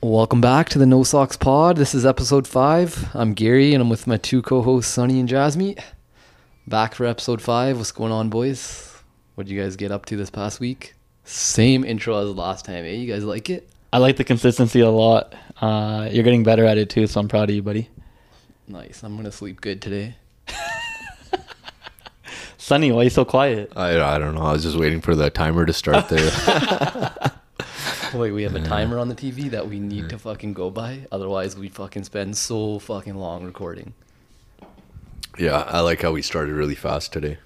Welcome back to the No Socks Pod. This is episode five. I'm Gary, and I'm with my two co-hosts, Sonny and Jasmine. Back for episode five. What's going on, boys? What did you guys get up to this past week? Same intro as last time, eh? You guys like it? I like the consistency a lot. Uh, you're getting better at it too, so I'm proud of you, buddy. Nice. I'm gonna sleep good today. Sonny, why are you so quiet? I, I don't know. I was just waiting for the timer to start there. Oh, Wait, we have a timer on the TV that we need to fucking go by. Otherwise, we fucking spend so fucking long recording. yeah, I like how we started really fast today.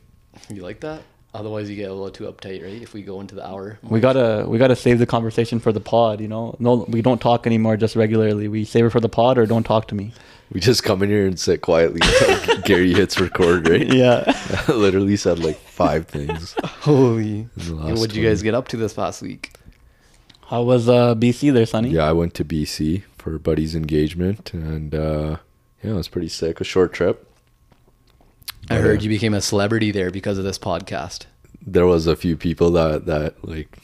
You like that? Otherwise, you get a little too uptight, right? If we go into the hour, We gotta we gotta save the conversation for the pod. You know, no, we don't talk anymore just regularly. We save it for the pod or don't talk to me. We just come in here and sit quietly until Gary hits record, right? Yeah. I literally said like five things. holy. in the last What did you guys 20. get up to this past week? How was uh, BC there, Sonny? Yeah, I went to BC for a buddy's engagement, and uh, yeah, it was pretty sick. A short trip. I heard you became a celebrity there because of this podcast. There was a few people that that like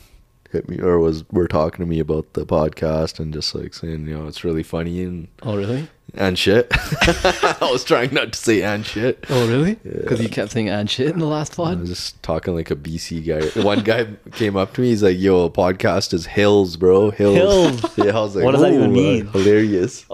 hit me or was were talking to me about the podcast and just like saying, you know, it's really funny and Oh, really? and shit. I was trying not to say and shit. Oh, really? Because you kept saying and shit in the last I pod. was just talking like a BC guy. One guy came up to me. He's like, "Yo, podcast is hills, bro. Hills." Hills. Yeah, I was like, What does that "Ooh, even mean?" uh, hilarious.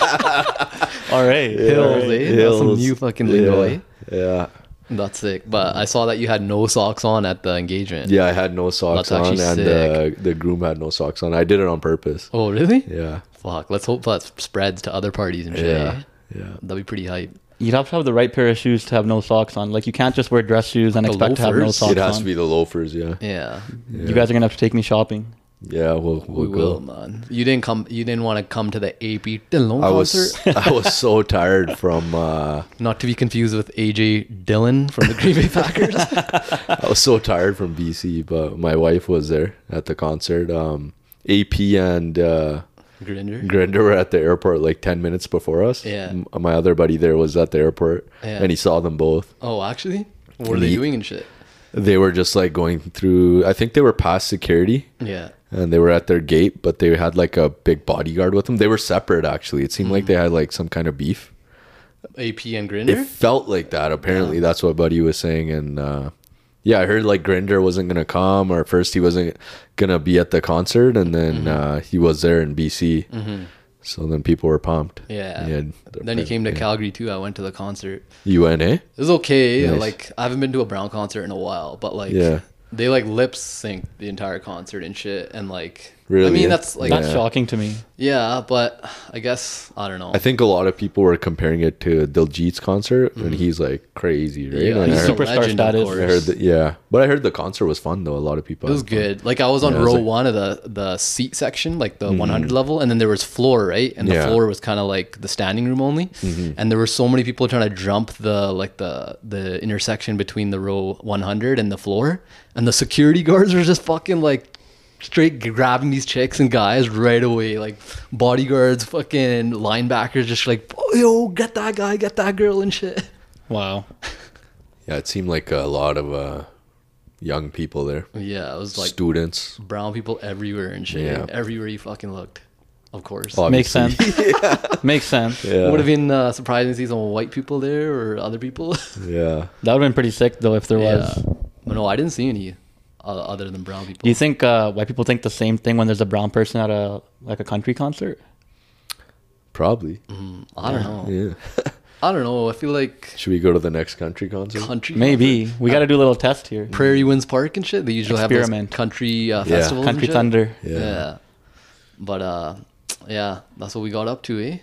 All right. Hills, All eh? right. That's some new fucking lingo, Yeah. eh? yeah, That's sick. But I saw that you had no socks on at the engagement. yeah. I had no socks That's actually on, and uh, sick. the the groom had no socks on. I did it on purpose. Oh, really? Yeah, Fuck. Let's hope that spreads to other parties and shit. eh? yeah, yeah. That'd be pretty hype. You'd have to have the right pair of shoes to have no socks on. Like you can't just wear dress shoes and The expect to have no loafers. socks it has on. to be the loafers. Yeah, Yeah. You guys are gonna have to take me shopping. yeah. We'll We we'll will, go. man. You didn't come. You didn't want to come to the AP Dillon I concert. was I was so tired from uh, Not to be confused with AJ Dillon from the Green Bay Packers. I was so tired from BC, but my wife was there at the concert. Um, AP and uh, Grinder. Grinder were at the airport like 10 minutes before us. Yeah. M- my other buddy there was at the airport Yeah. and he saw them both. Oh, actually, what are they Ye- doing and shit? They were just like going through, I think they were past security Yeah. and they were at their gate, but they had like a big bodyguard with them. They were separate actually. It seemed Hmm. like they had like some kind of beef. AP and Grinder. It felt like that. Apparently, that's what Buddy was saying. And uh, yeah, I heard like Grinder wasn't gonna come, or first he wasn't gonna be at the concert, and Mm-hmm. then uh, he was there in BC. So then people were pumped. Yeah. He had- then he came to Calgary too. I went to the concert. You went, eh? It was okay. Nice. Like I haven't been to a Brown concert in a while, but like Yeah. they like lip synced the entire concert and shit. And like I Really? mean that's like That's yeah. Yeah. shocking to me. but I guess I don't know. I think a lot of people were comparing it to Diljit's concert, and he's like crazy, right? Mm-hmm. yeah, And I he's he's a heard- super- superstar legend, of status. I course. I heard that, yeah, but I heard the concert was fun though. A lot of people. It was had fun. good. Like I was on Yeah, it row was like- Mm-hmm. one of the the seat section, like the 100 level, and then there was floor, right? And the Yeah. Mm-hmm. floor was kind of like the standing room only. And there were so many people trying to jump the like the the intersection between the row 100 and the floor, and the security guards were just fucking like straight grabbing these chicks and guys right away, like bodyguards, fucking linebackers, just like "Oh, yo, get that guy, get that girl, and shit. Wow. Yeah, it seemed like a lot of uh, young people there, Yeah, it was like students. brown people everywhere and shit, Yeah. Oh, everywhere you fucking looked. Of course. Makes sense. obviously. Makes sense. Yeah. Would have been uh, surprising to see some white people there or other people. Yeah. That would have been pretty sick though if there was. But no, I didn't see any uh, other than brown people. Do you think uh, white people think the same thing when there's a brown person at a like a country concert? Probably. I don't know. Yeah. I don't know. I feel like Should we go to the next country concert? country. Maybe we got to do a little test here. Prairie Winds Park and shit. They usually have Experiment. those country uh, festivals. and Country shit. Thunder. Yeah. Yeah. But uh, yeah, that's what we got up to, eh?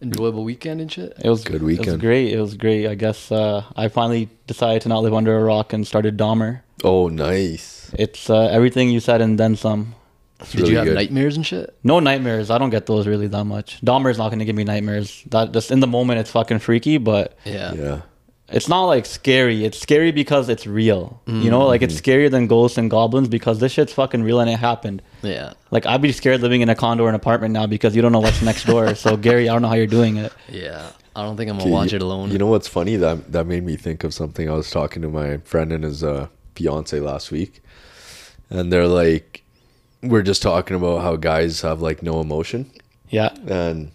Enjoyable weekend and shit. It was Good It was weekend. great. It was great. I guess uh, I finally decided to not live under a rock and started Dahmer. Oh, nice. It's uh, everything you said and then some. Did really you have good. nightmares and shit? No nightmares. I don't get those really that much. Dahmer's not gonna give me nightmares. That just in the moment it's fucking freaky, but Yeah. Yeah. it's not like scary. It's scary because it's real. Mm. You know, like Mm-hmm. it's scarier than ghosts and goblins because this shit's fucking real and it happened. Yeah. Like I'd be scared living in a condo or an apartment now because you don't know what's next door. So Gary, I don't know how you're doing it. Yeah. I don't think I'm going Okay, to watch you- it alone. You know what's funny? That that made me think of something. I was talking to my friend and his uh, fiance last week, and they're like, we're just talking about how guys have like no emotion Yeah. and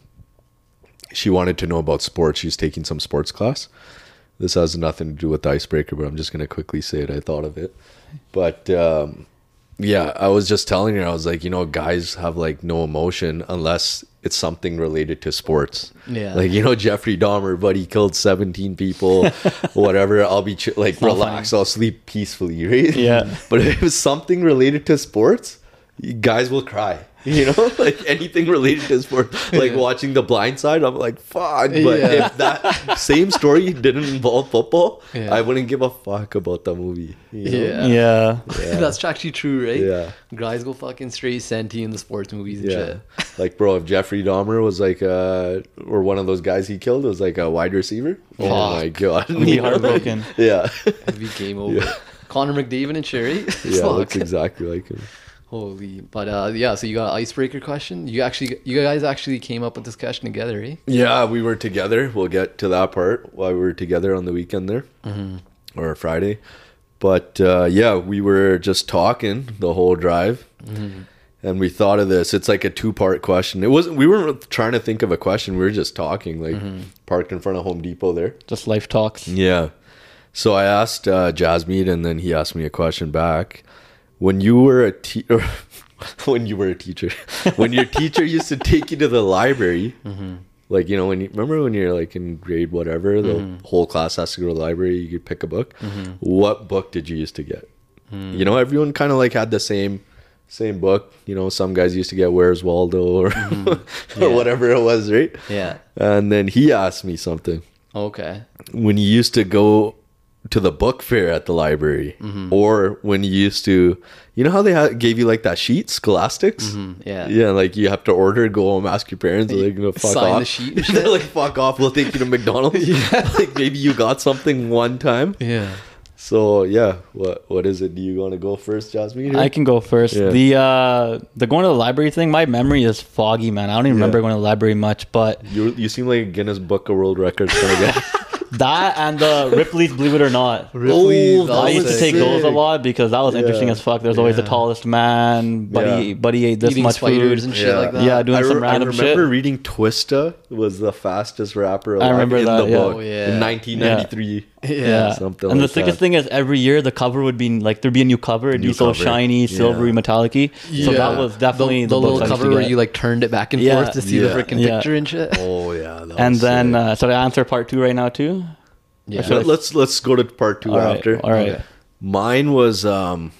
she wanted to know about sports. She's taking some sports class. This has nothing to do with the icebreaker, but I'm just going to quickly say it. I thought of it. But um, yeah, I was just telling her, I was like, you know, guys have like no emotion unless it's something related to sports. Yeah. Like, you know, Jeffrey Dahmer, but he killed 17 people, whatever. I'll be ch- like, not funny. relax. I'll sleep peacefully, right? Yeah. But if it was something related to sports, you guys will cry. You know, like anything related to sports, like watching The Blind Side, I'm like, fuck. But Yeah. if that same story didn't involve football, Yeah. I wouldn't give a fuck about the movie. you Yeah. know? Yeah. That's actually true, right? Yeah. Guys go fucking straight senti in the sports movies and Yeah. shit. like, bro, if Jeffrey Dahmer was like, uh, or one of those guys he killed was like a wide receiver, oh my God. Be You know? heartbroken. Yeah. It'd be game over. Connor McDavid and Sherry. yeah, looks exactly like him. Holy, but uh, yeah. So you got an icebreaker question. You actually, you guys actually came up with this question together, eh? Yeah, we were together. We'll get to that part why we were together on the weekend there or Friday. But uh, yeah, we were just talking the whole drive. And we thought of this. It's like a two-part question. It wasn't. We weren't trying to think of a question. We were just talking. Like parked in front of Home Depot there. Just life talks. Yeah. So I asked uh, Jasmine, and then he asked me a question back. When you were a teacher, when you were a teacher, when your teacher used to take you to the library, like you know, when you remember when you're like in grade whatever, the whole class has to go to the library. You could pick a book. What book did you used to get? You know, everyone kind of like had the same same book. You know, some guys used to get Where's Waldo or or whatever it was, right? Yeah. And then he asked me something Okay. when you used to go to the book fair at the library Mm-hmm. or when you used to you know how they ha- gave you like that sheet scholastics Mm-hmm. yeah. yeah like you have to order go home ask your parents they're like no fuck Sign off the sheet and they're like fuck off we'll take you to mcdonald's like maybe you got something one time Yeah. so yeah what what is it do you want to go first jasmine I can go first. Yeah. The uh the going to the library thing, my memory is foggy, man. I don't even remember going to the library much, but you you seem like a guinness book of world records kind of guy that and the Ripley's Believe It or Not. Ripley's, Oh, that I was used to sick. take those a lot because that was interesting as fuck. There's always the Yeah. tallest man, buddy Yeah. buddy ate this Eating much spiders food. and shit like that. Yeah, doing I, some re- I random shit. remember reading Twista was the fastest rapper alive remember in that, the yeah. book Oh, yeah. in 1993. Yeah. Yeah, something and like the sickest that. thing is every year the cover would be like there'd be a new cover. It'd New be so cover. shiny, silvery, Yeah. metallic-y. So Yeah. that was definitely the, the, little books I used to cover where get. you like turned it back and Yeah. forth to see Yeah. the freaking Yeah. picture and shit. Oh yeah, that And was then sick. uh, so to answer part two right now too. Yeah. Actually, Let, us let's go to part two All right, after. all right. Okay. Mine was um,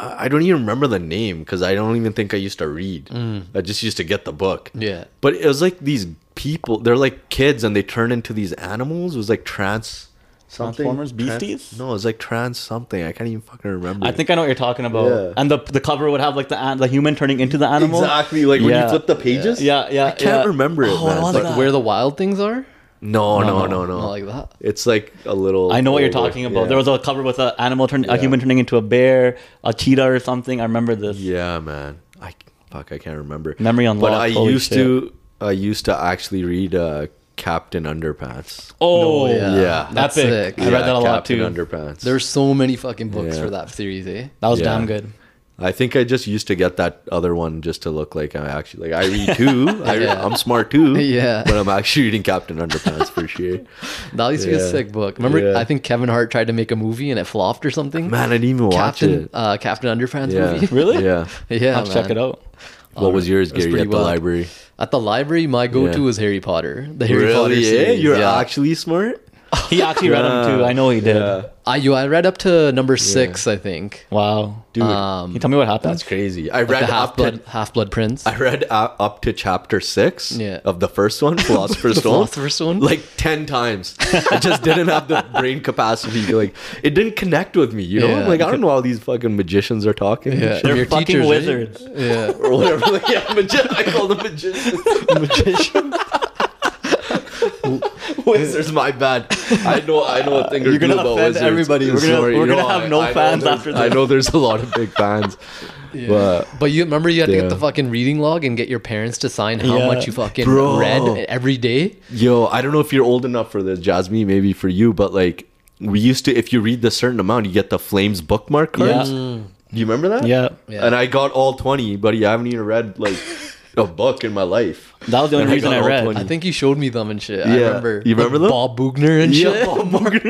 I I don't even remember the name because I don't even think I used to read. I just used to get the book. Mm. Yeah. but it was like these people. They're like kids and they turn into these animals. It was like trans. Something. Transformers? Trans- Beasties? no, it was like trans something. I can't even fucking remember. I think I know what you're talking about. Yeah. And the the cover would have like the an- the human turning into the animal. Exactly, like when you Yeah. flip the pages. Yeah, yeah. I can't remember it, Oh, what man, was but that? Where the wild things are? No, No, no, no, no. Not like that. It's like a little. I know what you're older, talking about. Oh, yeah. There was a cover with an animal turn, a Yeah. human turning into a bear, a cheetah or something. I remember this. Yeah, man. I fuck. I can't remember. Memory But unlocked, I holy used to. I used to actually read uh, Captain Underpants. Oh, No, yeah. Yeah. That's That's epic. sick. I read that a lot Captain too. Underpants. There's so many fucking books Yeah. for that series, eh? that was Yeah. damn good. I think I just used to get that other one just to look like I actually like I read too. I, Yeah. I'm smart too. Yeah. But I'm actually reading Captain Underpants for sure. That used to be Yeah. a sick book. Remember, Yeah. I think Kevin Hart tried to make a movie and it flopped or something. Man, I didn't even watch Captain, it. uh, Captain Underpants Yeah. movie. Really? Yeah. yeah, I'll check man. it out. What was yours, That's Gary, pretty at the wild. library? At the library, my go-to Yeah. was Harry Potter. The Harry Potter yeah? series. eh? You're yeah. actually smart. He actually read them too. I know he did. Yeah. I, you, I read up to number six, I think. Wow, dude. Um, Can you tell me what happened? That's crazy. I Like read the Half up to Blood, Half Blood Prince. I read uh, up to chapter six Yeah. of the first one, Philosopher's Stone. Philosopher's Stone? Like 10 times. I just didn't have the brain capacity. to, Like, it didn't connect with me, you know? Yeah. Like, I don't know how these fucking magicians are talking. and Yeah. shit. They're Your fucking teachers, eh? wizards. yeah, Or whatever. Like, yeah, magi- I call them magicians. magician. Wizards, my bad. I know, I know a thing or You're gonna two about offend wizards. everybody. We're gonna- you we're gonna know, have no know fans there's- after I this. know there's a lot of big fans. But But you remember you had to Yeah. get the fucking reading log and get your parents to sign how Yeah. much you fucking Bro. read every day. Yo, I don't know if you're old enough for this, Jasmine, maybe for you, but like we used to if you read the certain amount, you get the Flames bookmark cards. Yeah. Do you remember that? Yeah. Yeah. And I got all 20, buddy. I haven't even read like a book in my life. That was the only And I reason got I all read. 20. I think you showed me them and shit. I Mm. Yeah. remember. You remember the them? Bob Bugner and Yeah, shit. Bob Warner,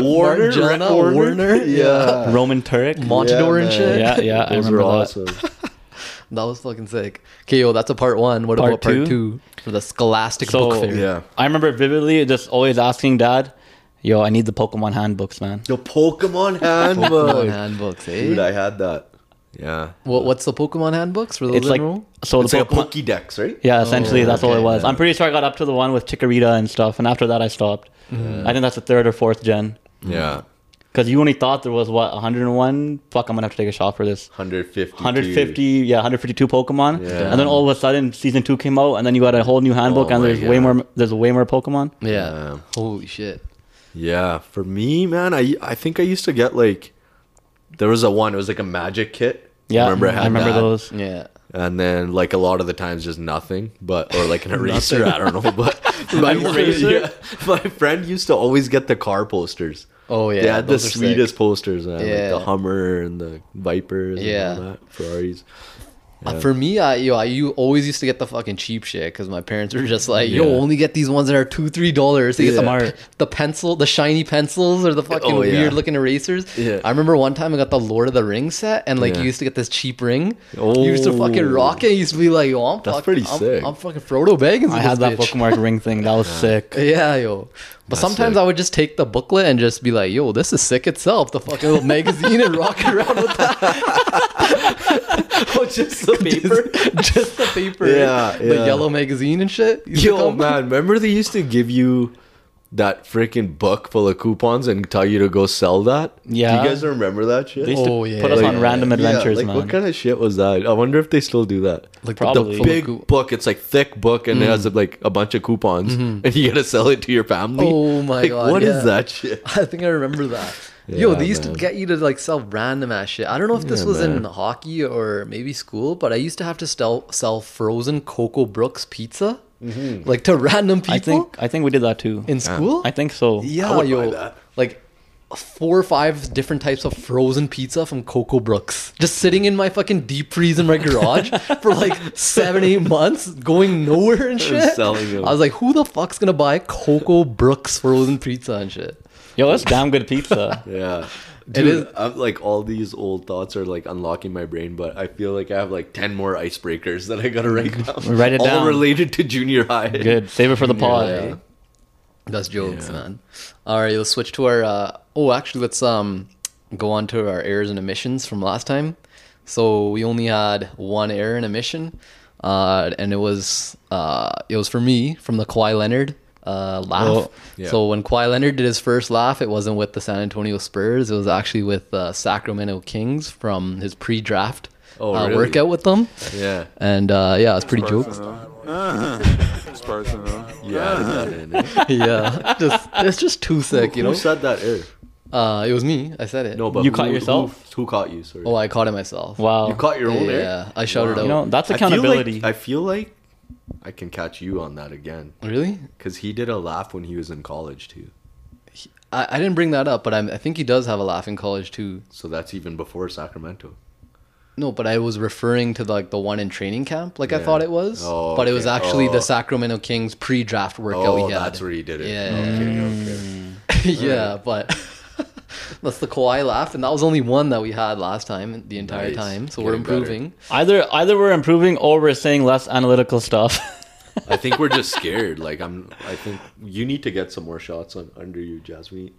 Warner, Margiela, Warner. Warner. Yeah. Roman Turek. Montador and man. shit. yeah, yeah, I Those remember were that. awesome. That was fucking sick. Okay, yo, that's a part one. What Part about part two? two for the Scholastic So- Book Fair? Oh, Yeah. I remember vividly just always asking dad, "Yo, I need the Pokemon handbooks, man." The Pokemon handbook. Pokemon handbooks, eh? Dude, I had Oh, that. Yeah. What, what's the Pokemon handbooks for those It's in like room? so it's the like a Pokemon. Pokédex, right? yeah, essentially Oh, that's all okay. it was. I'm pretty sure I got up to the one with Chikorita and stuff, and after that I stopped. I think that's the third or fourth gen. Yeah. Because you only thought there was what 101. Fuck, I'm gonna have to take a shot for this. 150. 150, yeah, 152 Pokemon, Yeah. and then all of a sudden season two came out, and then you got a whole new handbook, Oh and my there's way God. more. There's way more Pokemon. Yeah. Yeah. Holy shit. Yeah, for me, man, I I think I used to get like there was a one. It was like a magic kit. Yeah, remember I had remember that. those. Yeah. And then like a lot of the times just nothing, but or like an eraser. I don't know, but my eraser? yeah, my friend used to always get the car posters. Oh, yeah, they had the those are sick. sweetest posters, man. Yeah. Like the Hummer and the Vipers. Yeah. and all that, Ferraris. Uh, For me, I yo, I you always used to get the fucking cheap shit because my parents were just like, yo, Yeah. only get these ones that are two, three dollars. They get the, Yeah. pe- the pencil, the shiny pencils, or the fucking Oh, yeah. weird looking erasers. Yeah. I remember one time I got the Lord of the Rings set, and like Yeah. you used to get this cheap ring. You used to fucking Oh. rock it. You used to be like, yo, I'm That's fuck- pretty I'm- sick. I'm fucking Frodo Baggins. I with had this that bitch. Pokemon ring thing. That was sick. Yeah, yo. But sometimes sick. I would just take the booklet and just be like, yo, this is sick itself. The fucking little magazine and rock around with that. Oh, just the paper. Just, just the paper. Yeah, The yeah. yellow magazine and shit. used to Yo, come. man, remember they used to give you that freaking book full of coupons and tell you to go sell that? Do Yeah. you guys remember that shit? They used to Oh, put us yeah. on random Yeah, adventures, like, man. What kind of shit was that? I wonder if they still do that. Like, But probably. Mm. the Full of big coup- book. It's like thick book and it has like a bunch of coupons, Mm-hmm. and you gotta sell it to your family. Oh my Like, God, What is yeah. that shit? I think I remember that. Yo, Yeah, they used man. to get you to like sell random ass shit. I don't know if this Yeah, was in man. hockey or maybe school, but I used to have to sell, sell frozen Coco Brooks pizza Mm-hmm. like to random people I think I think we did that too. in school. I think so. Yeah, I would buy yo, that. like four or five different types of frozen pizza from Coco Brooks, just sitting in my fucking deep freeze in my garage for like seven, eight months, going nowhere and shit. selling them. I was like, who the fuck's gonna buy Coco Brooks frozen pizza and shit? Yo, that's damn good pizza. Yeah. It Dude, is- I'm like all these old thoughts are like unlocking my brain, but I feel like I have like ten more icebreakers that I gotta write down. Write it all down. related to junior high. Good. Save it for the pod. Yeah. That's jokes, man. All right, let's switch to our. Uh, oh, actually, let's um go on to our errors and omissions from last time. So we only had one error and omission, uh, and it was uh, it was for me from the Kawhi Leonard uh, laugh. Oh, yeah. So when Kawhi Leonard did his first laugh, it wasn't with the San Antonio Spurs. It was actually with uh, Sacramento Kings from his pre-draft Oh, uh, really? workout with them. Yeah. And uh, yeah, it's pretty jokes. Uh-huh. It's personal. Yeah. I got it in there. yeah, just it's just too sick, you know. Who said that? Air? Uh, it was me. I said it. No, but You who- caught who- yourself? Who, caught you? Sorry. Oh, I caught it myself. Wow. you caught your own air. Yeah, I shouted You out. know that's I feel like- accountability. I feel like I can catch you on that again really? because he did a laugh when he was in college too. I, I didn't bring that up, but I'm, I think he does have a laugh in college too. So that's even before Sacramento. No, but I was referring to like the one in training camp, like I Yeah. thought it was. Oh, but it was okay. actually the Oh. Sacramento Kings pre-draft workout. Oh, he had. that's where he did it. Yeah, Okay, okay. yeah, but that's the Kawhi laugh, and that was only one that we had last time, the entire Nice. time. So we're Getting better. improving. either either we're improving or we're saying less analytical stuff. I think we're just scared. Like I'm. I think you need to get some more shots on under you, Jasmine.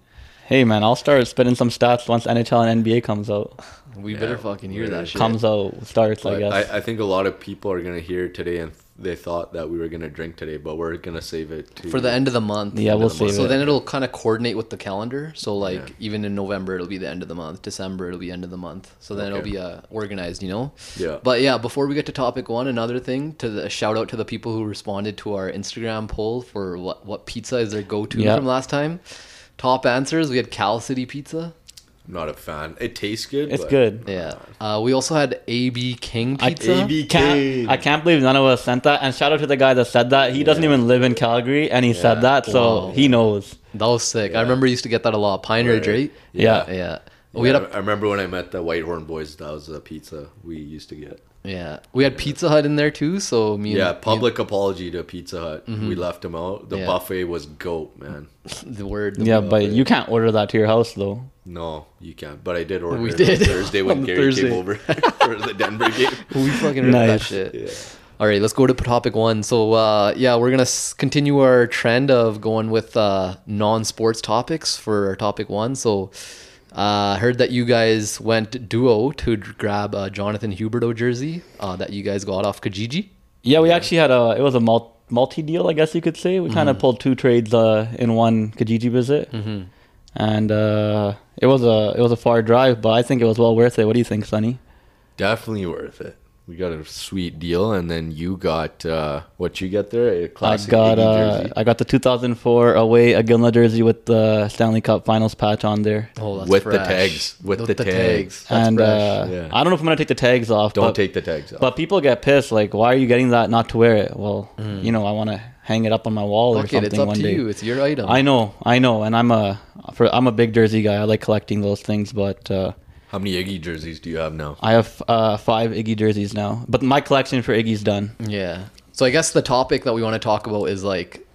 hey man, I'll start spitting some stats once NHL and NBA comes out. We better fucking hear that shit. Comes out starts, I But guess. I, I think a lot of people are gonna hear today, and they thought that we were gonna drink today, but we're gonna save it to for the end of the month. yeah, we'll So save So it. then it'll kind of coordinate with the calendar. So like Yeah. even in November it'll be the end of the month. December it'll be end of the month. So then it'll Okay. be uh, organized, you know. Yeah. But yeah, before we get to topic one, another thing to the, shout out to the people who responded to our Instagram poll for what what pizza is their go to Yeah. from last time. Top answers: We had Cal City Pizza. I'm not a fan. It tastes good. it's but- good. Yeah. Uh, we also had AB King I- Pizza. AB Can't, I can't believe none of us sent that. And shout out to the guy that said that. He doesn't even live in Calgary, and he said that, so he knows. that was sick. I remember I used to get that a lot. Pine Ridge, right? Yeah. Yeah. Oh, we had a I remember when I met the Whitehorn boys. That was the pizza we used to get. yeah, we had Pizza Hut in there too. So me and Yeah, me- public apology to Pizza Hut. We left them out. The Yeah. buffet was goat, man. the word. Yeah, but you can't order that to your house though. No, you can't. But I did order We it did. on Thursday On when the Gary Thursday. came over for the Denver game. We fucking ripped that Nice. shit. All right, let's go to topic one. So, uh, yeah, we're gonna s- continue our trend of going with uh, non-sports topics for our topic one. So, uh, heard that you guys went duo to d- grab a Jonathan Huberto jersey uh, that you guys got off Kijiji. Yeah, we actually had a it was a mul- multi deal, I guess you could say. We kind of pulled two trades uh, in one Kijiji visit, and uh, it was a it was a far drive, but I think it was well worth it. What do you think, Sonny? Definitely worth it. We got a sweet deal, and then you got uh, what you get there. A I classic got Iggy uh, jersey I got the 2004 away Agilna jersey with the Stanley Cup Finals patch on there, Oh, that's with the fresh. tags. With, the, tags. That's and fresh. uh, yeah. I don't know if I'm gonna take the tags off. Don't but, take the tags off. But people get pissed. Like, why are you getting that? Not to wear it? Well, you know, I want to hang it up on my wall or Mm. Fuck it, something it's up one to day. you. It's your item. I know, I know, and I'm a for, I'm a big jersey guy. I like collecting those things, but uh, How many Iggy jerseys do you have now? I have uh, five Iggy jerseys now. But my collection for Iggy's done. Yeah. So I guess the topic that we want to talk about is like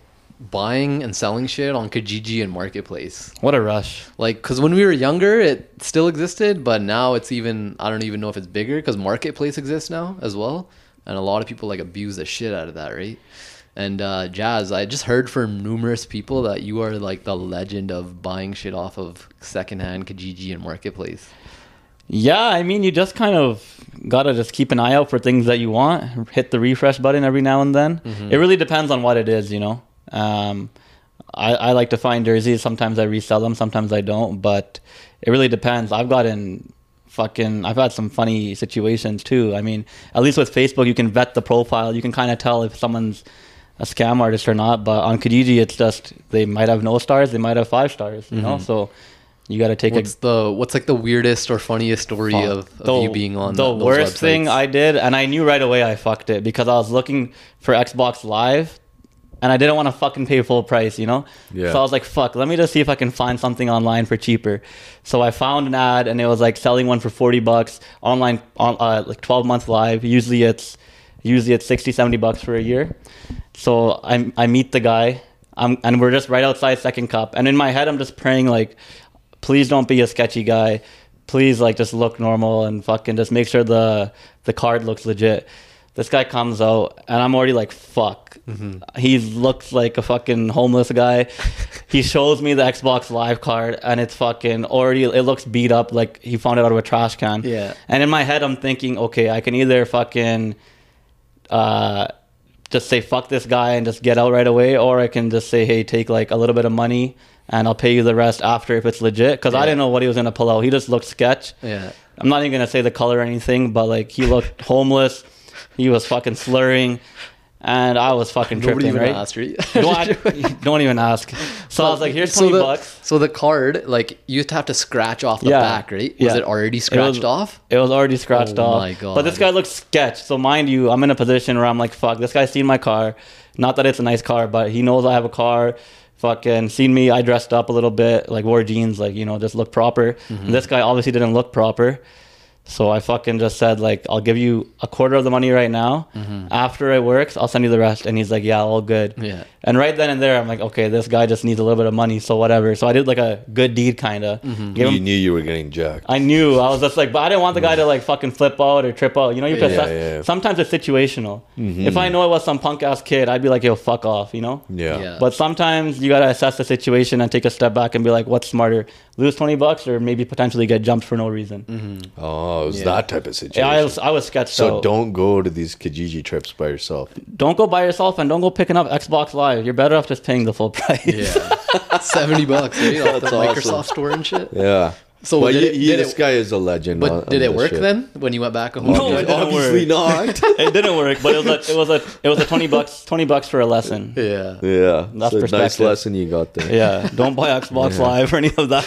buying and selling shit on Kijiji and Marketplace. What a rush! Like, because when we were younger, it still existed, but now it's even, I don't even know if it's bigger because Marketplace exists now as well. And a lot of people like abuse the shit out of that, right? And uh, Jazz, I just heard from numerous people that you are like the legend of buying shit off of secondhand Kijiji and Marketplace. Yeah, I mean, you just kind of gotta just keep an eye out for things that you want. Hit the refresh button every now and then. It really depends on what it is, you know. Um, I, I like to find jerseys. Sometimes I resell them, sometimes I don't. But it really depends. I've gotten fucking. I've had some funny situations too. I mean, at least with Facebook, you can vet the profile. You can kind of tell if someone's a scam artist or not. But on Kijiji, it's just they might have no stars, they might have five stars. You know, so you gotta take a What's the what's like the weirdest or funniest story fuck. of, of you being on the th- those worst thing websites? I did, and I knew right away I fucked it because I was looking for Xbox Live, and I didn't want to fucking pay full price, you know. Yeah. So I was like, "Fuck, let me just see if I can find something online for cheaper." So I found an ad, and it was like selling one for forty bucks online, on uh, like twelve months live. Usually it's usually it's 60 70 bucks for a year so i i meet the guy I'm, and we're just right outside second cup and in my head i'm just praying like please don't be a sketchy guy. Please like just look normal and fucking just make sure the the card looks legit. This guy comes out and I'm already like fuck. He looks like a fucking homeless guy. he shows me the Xbox Live card and it's fucking already it looks beat up like he found it out of a trash can. Yeah. And in my head I'm thinking, okay, I can either fucking uh, just say fuck this guy and just get out right away, or I can just say, hey, take like a little bit of money and I'll pay you the rest after if it's legit. Because I Yeah. didn't know what he was gonna pull out. He just looked sketch. yeah. I'm not even gonna say the color or anything, but like he looked homeless. He was fucking slurring, and I was fucking Nobody even tripping. right? asked, Don't, right? I- don't even ask. So I was like, here's so twenty the, bucks. So the card, like you'd have to scratch off the Yeah. back, right? Was Yeah. it already It was- scratched off? It was already scratched Oh off. my God. But this guy looks sketch. So mind you, I'm in a position where I'm like, fuck, this guy's seen my car. Not that it's a nice car, but he knows I have a car. Fucking seen me. I dressed up a little bit, like wore jeans, like you know, just look proper. Mm-hmm. And this guy obviously didn't look proper. So I fucking just said like, I'll give you a quarter of the money right now. After it works, I'll send you the rest. And he's like, yeah, all good. Mm-hmm. Yeah. And right then and there, I'm like, okay, this guy just needs a little bit of money, so whatever. So I did like a good deed, kind of. Mm-hmm. Give him You knew you were getting jacked. I knew. I was just like, but I didn't want the guy to like fucking flip out or trip out. You know, you Yeah, yeah, Mm-hmm. yeah. sometimes it's situational. If I know it was some punk ass kid, I'd be like, yo, fuck off, you know? yeah. Yeah. But sometimes you gotta assess the situation and take a step back and be like, what's smarter, lose twenty bucks or maybe potentially get jumped for no reason? Oh, it was that type of situation. Yeah, I was, I was sketched so out. don't go to these Kijiji trips by yourself. don't go by yourself and don't go picking up Xbox Live. You're better off just paying the full price. Yeah, seventy bucks, right? Off the That's awesome. Microsoft store and shit. Yeah. So but did you- it- you- did this it- guy is a legend. on- But on did it this work shit. then when you went back home? No, it didn't Obviously not. it didn't work, but it was a, it was a it was a twenty bucks twenty bucks for a lesson. Yeah. yeah. That's That's a nice perspective. lesson you got there. Yeah, don't buy Xbox Live or any of that,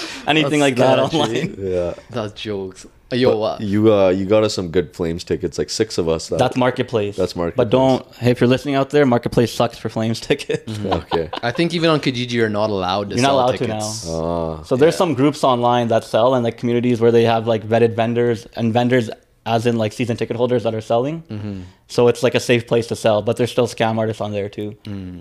That's anything like that sketchy. online. Yeah. That's jokes. A Yoa. You uh, you got us some good Flames tickets, like six of us. That, That's marketplace. That's But don't if you're listening out there, marketplace sucks for Flames tickets. okay. I think even on Kijiji, you're not allowed to You're not sell allowed to tickets. now. Uh, So there's Yeah. some groups online that sell and like communities where they have like vetted vendors and vendors as in like season ticket holders that are selling. Mm-hmm. So it's like a safe place to sell, but there's still scam artists on there too.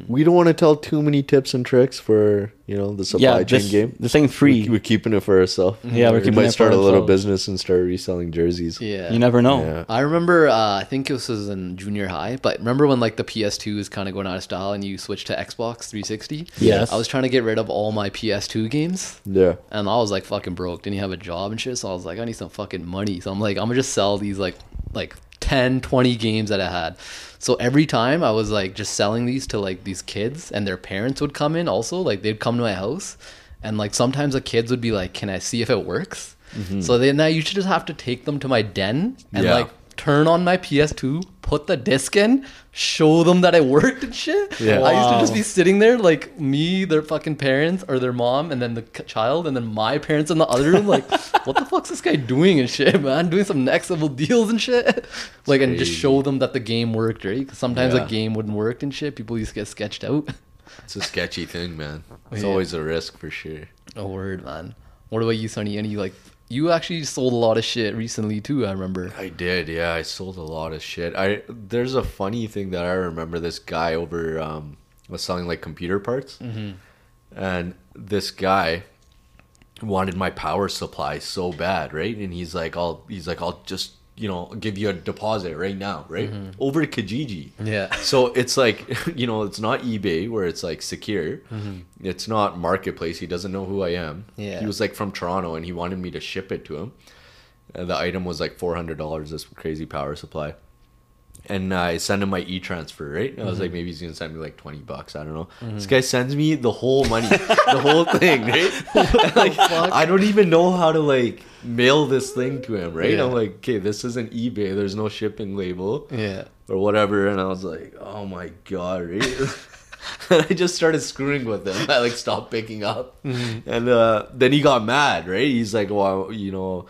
we don't want to tell too many tips and tricks for you know the supply yeah, chain this, game. this ain't free. We, we're keeping it for ourselves. Yeah, we're we keeping it might for start a little ourselves. business and start reselling jerseys. Yeah. you never know. Yeah. I remember, uh, I think this was in junior high, but remember when like the PS2 is kind of going out of style and you switch to Xbox 360? Yes. I was trying to get rid of all my PS2 games Yeah. and I was like fucking broke. Didn't have a job and shit. So I was like, I need some fucking money. So I'm like, I'm gonna just sell these like like 10, 20 games that I had. So every time I was like just selling these to like these kids and their parents would come in also. Like they'd come to my house and like sometimes the kids would be like, Can I see if it works? So then I used to just have to take them to my den and Mm-hmm. Yeah. like turn on my PS2, put the disc in, show them that it worked and shit. Yeah. I used to Wow. just be sitting there like me, their fucking parents or their mom, and then the c- child, and then my parents in the other room. Like, what the fuck's this guy doing and shit, man? Doing some next level deals and shit. Like, and just show them that the game worked, right? 'Cause sometimes Yeah. a game wouldn't work and shit. People used to get sketched out. It's a sketchy thing, man. It's Yeah. always a risk for sure. A word, man. What about you, Sonny? Any like you actually sold a lot of shit recently too? I remember. I did, yeah. I sold a lot of shit. I there's a funny thing that I remember. This guy over um, was selling like computer parts, and this guy wanted my power supply so bad, right? And he's like, "I'll," he's like, "I'll just." You know, give you a deposit right now, right? Over Kijiji. Yeah. So it's like, you know, it's not eBay where it's like secure. It's not marketplace. He doesn't know who I am. Mm-hmm. Yeah. He was like from Toronto and he wanted me to ship it to him. Uh, the item was like four hundred dollars. This crazy power supply, and I sent him my e transfer. Right, I was Mm-hmm. like, maybe he's gonna send me like twenty bucks. I don't know. This guy sends me the whole money, the whole thing. Right, like, fuck? I don't even know how to like mail this thing to him. Right, Yeah. I'm like, okay, this isn't eBay. There's no shipping label Yeah. or whatever. And I was like, oh my god, right? and I just started screwing with him. I like stopped picking up, and uh, then he got mad, right? He's like, well, you know.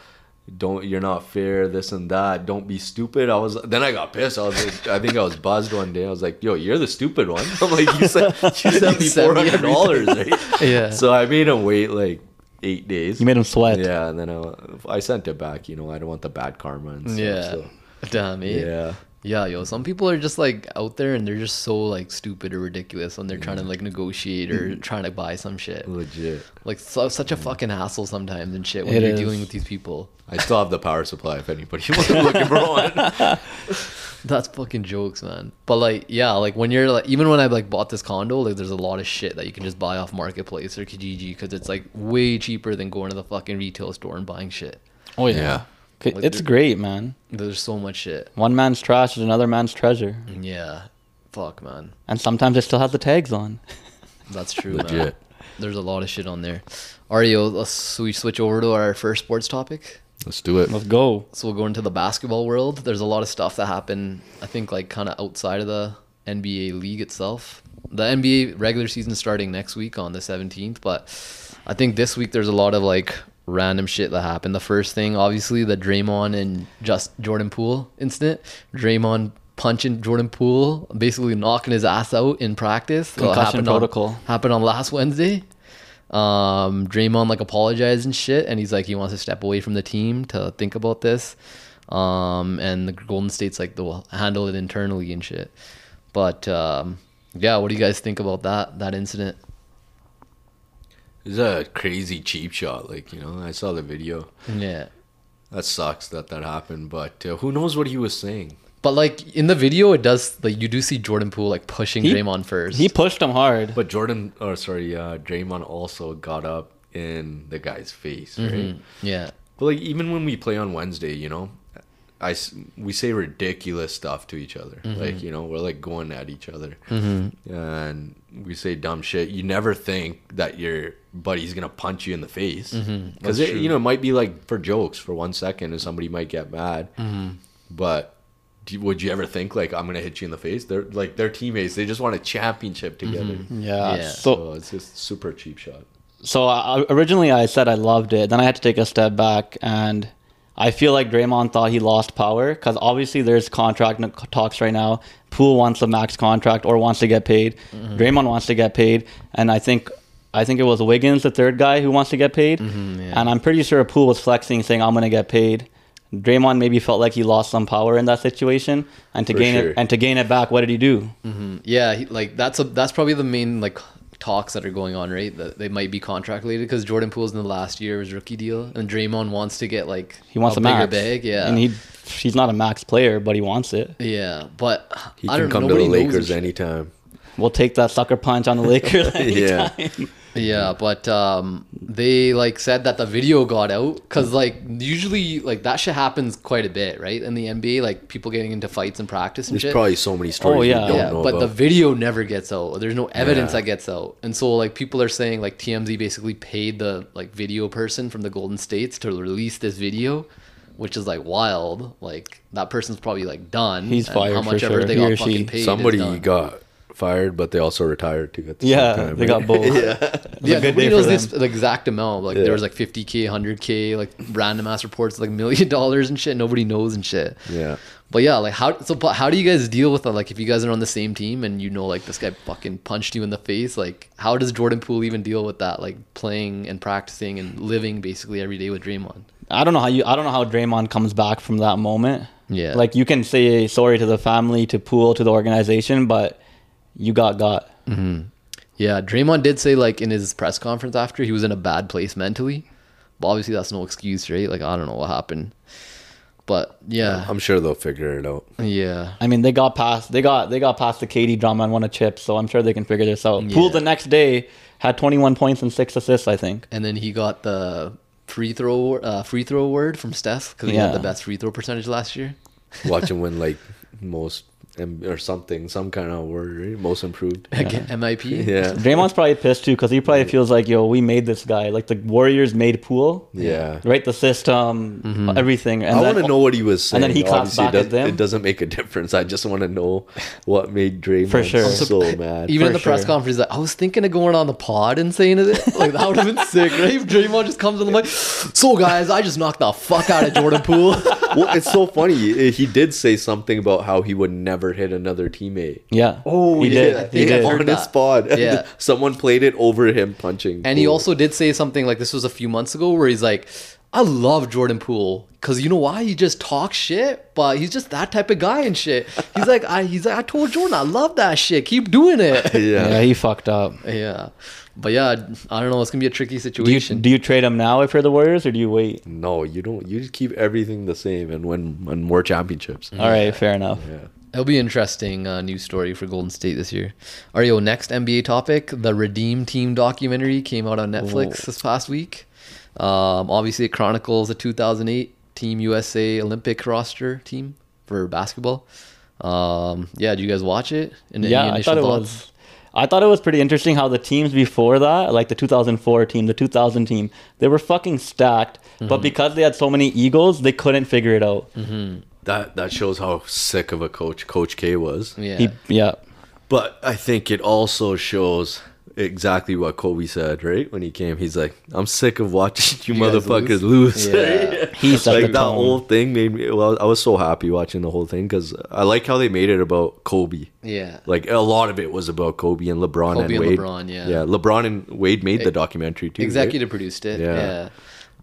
Don't you're not fair, this and that. Don't be stupid. I was then I got pissed. I was like, I think I was buzzed one day. I was like, yo, you're the stupid one. I'm like, you said you sent me sent four me hundred dollars, right? Yeah. So I made him wait like eight days. You made him sweat. yeah, and then I, I sent it back. You know, I don't want the bad karma. And stuff, yeah. so, Damn eh? it. yeah. Yeah, yo, some people are just like out there and they're just so like stupid or ridiculous when they're trying to like negotiate Mm-hmm. or trying to buy some shit. Legit. Like so, such a fucking hassle sometimes and shit when Mm. It you're is. dealing with these people. I still have the power supply if anybody was looking for one. That's fucking jokes, man. But like, yeah, like when you're like, even when I like bought this condo, like there's a lot of shit that you can just buy off marketplace or Kijiji because it's like way cheaper than going to the fucking retail store and buying shit. Oh Yeah. K- It's great, man. There's so much shit. One man's trash is another man's treasure. Yeah, fuck, man. And sometimes it still has the tags on. That's true. Man. Legit. There's a lot of shit on there. Ario, let's we switch over to our first sports topic. Let's do it. Let's go. So we'll go into the basketball world. There's a lot of stuff that happened. I think like kind of outside of the NBA league itself. The NBA regular season starting next week on the 17th, but I think this week there's a lot of like random shit that happened. The first thing, obviously, the Draymond and just Jordan Poole incident. Draymond punching Jordan Poole, basically knocking his ass out in practice. Well, it Concussion happened on- protocol. happened on last Wednesday. Um, Draymond like apologized and shit, and he's like he wants to step away from the team to think about this. Um, and the Golden State's like they'll handle it internally and shit. But um, yeah, what do you guys think about that that incident? It's a crazy cheap shot. Like, you know, I saw the video. Yeah. That sucks that that happened, but uh, who knows what he was saying? But like in the video, it does like you do see Jordan Poole like pushing He- Draymond first. He pushed him hard. But Jordan, or sorry, uh, Draymond also got up in the guy's face, right? yeah. But like, even when we play on Wednesday, you know, I s- we say ridiculous stuff to each other. Mm-hmm. Like, you know, we're like going at each other, and we say dumb shit. You never think that your buddy's gonna punch you in the face Mm-hmm. because you know it might be like for jokes for one second, and somebody might get mad. Mm-hmm. But do, you- would you ever think like I'm gonna hit you in the face? They're like they're teammates. They just want a championship together. Mm-hmm. Yeah. Yeah. So So it's just super cheap shot. uh, so I, originally I said I loved it. Then I had to take a step back and I feel like Draymond thought he lost power because obviously there's contract n- talks right now. Poole wants a max contract or wants to get paid. Draymond wants to get paid, and I think I think it was Wiggins, the third guy, who wants to get paid. And I'm pretty sure Poole was flexing, saying I'm going to get paid. Draymond maybe felt like he lost some power in that situation, and to For gain sure. it and to gain it back, what did he do? Yeah, he, like that's a that's probably the main like talks that are going on, right? That they might be contract related because Jordan Poole's in the last year of his rookie deal, and Draymond wants to get like He wants a, bigger max. bag, yeah, and he he's not a max player, but he wants it. yeah. But He I can don't come to nobody the knows Lakers him. anytime. We'll take that sucker punch on the Lakers. Yeah. yeah. Yeah, but um, they like said that the video got out because like usually like that shit happens quite a bit, right? In the NBA, like people getting into fights and practice and There's shit. probably so many stories we Oh, yeah. don't yeah, know but the about. video never gets out. There's no evidence Yeah. that gets out, and so like people are saying like TMZ basically paid the like video person from the Golden States to release this video, which is like wild. Like that person's probably like done. He's and fired How for much ever sure. they He or got she. fucking paid? is Somebody done. got fired, but they also retired too. At the Yeah, same time, they got both. yeah, good nobody day for knows them. this the exact amount. Like Yeah. there was like 50k, 100k, like random ass reports, like million dollars and shit. Nobody knows and shit. yeah. But yeah, like how so? But how do you guys deal with that? Like if you guys are on the same team and you know like this guy fucking punched you in the face, like how does Jordan Poole even deal with that? Like playing and practicing and living basically every day with Draymond. I don't know how you. I don't know how Draymond comes back from that moment. Yeah. Like you can say sorry to the family, to Poole, to the organization, but you got got. Yeah, Draymond did say like in his press conference after he was in a bad place mentally. But obviously that's no excuse, right? Like I don't know what happened. But yeah, I'm sure they'll figure it out. yeah. I mean, they got past. They got. They got past the KD drama and won a chip, so I'm sure they can figure this out. Poole the next day had 21 points and six assists. I think. and then he got the free throw uh, free throw award from Steph because he had Yeah. the best free throw percentage last year. Watch him win like most M- or something, some kind of award, right? most improved. Again, MIP. Yeah, Draymond's probably pissed too because he probably feels like, yo, we made this guy. Like the Warriors made Poole. yeah. Right, the system, Mm-hmm. everything. And I then- want to know what he was saying. and then he clapped Obviously, back it, at them. it doesn't make a difference. I just want to know what made Draymond For sure. so mad. Even For in the press sure. conference, like, I was thinking of going on the pod and saying it. Like that would have been sick, right? If Draymond just comes in the mic. So guys, I just knocked the fuck out of Jordan Poole. well, it's so funny. He did say something about how he would never hit another teammate. Yeah. Oh, he yeah, did. I He think did. I've on heard his that. spot. Yeah. Someone played it over him punching. and he Poole. also did say something like this was a few months ago where he's like, I love Jordan Poole because you know why? He just talks shit, but he's just that type of guy and shit. He's like, I he's like, I told Jordan, I love that shit. Keep doing it. yeah. yeah, he fucked up. Yeah, but yeah, I don't know. It's gonna be a tricky Do you, situation. do you trade him now if you're the Warriors, or do you wait? No, you don't. You just keep everything the same and win and more championships. All right, fair enough. Yeah. It'll be interesting uh, news story for Golden State this year. Ario, next NBA topic: the Redeem Team documentary came out on Netflix this past week. Um, obviously, it chronicles the 2008 Team USA Olympic roster team for basketball. Um, yeah, did you guys watch it? And Yeah, I thought it was. I thought it was pretty interesting how the teams before that, like the 2004 team, the 2000 team, they were fucking stacked. But Mm-hmm. because they had so many egos, they couldn't figure it out. That that shows how sick of a coach Coach K was. Yeah, He, yeah. But I think it also shows exactly what Kobe said, right? When he came, he's like, "I'm sick of watching you, guys motherfuckers lose." Yeah. He set like the that tone. whole thing made me. Well, I was so happy watching the whole thing because I like how they made it about Kobe. yeah, Like a lot of it was about Kobe and LeBron Kobe and and Wade. LeBron, yeah. yeah. LeBron and Wade made the documentary too. right? executive produced it. Yeah, Yeah.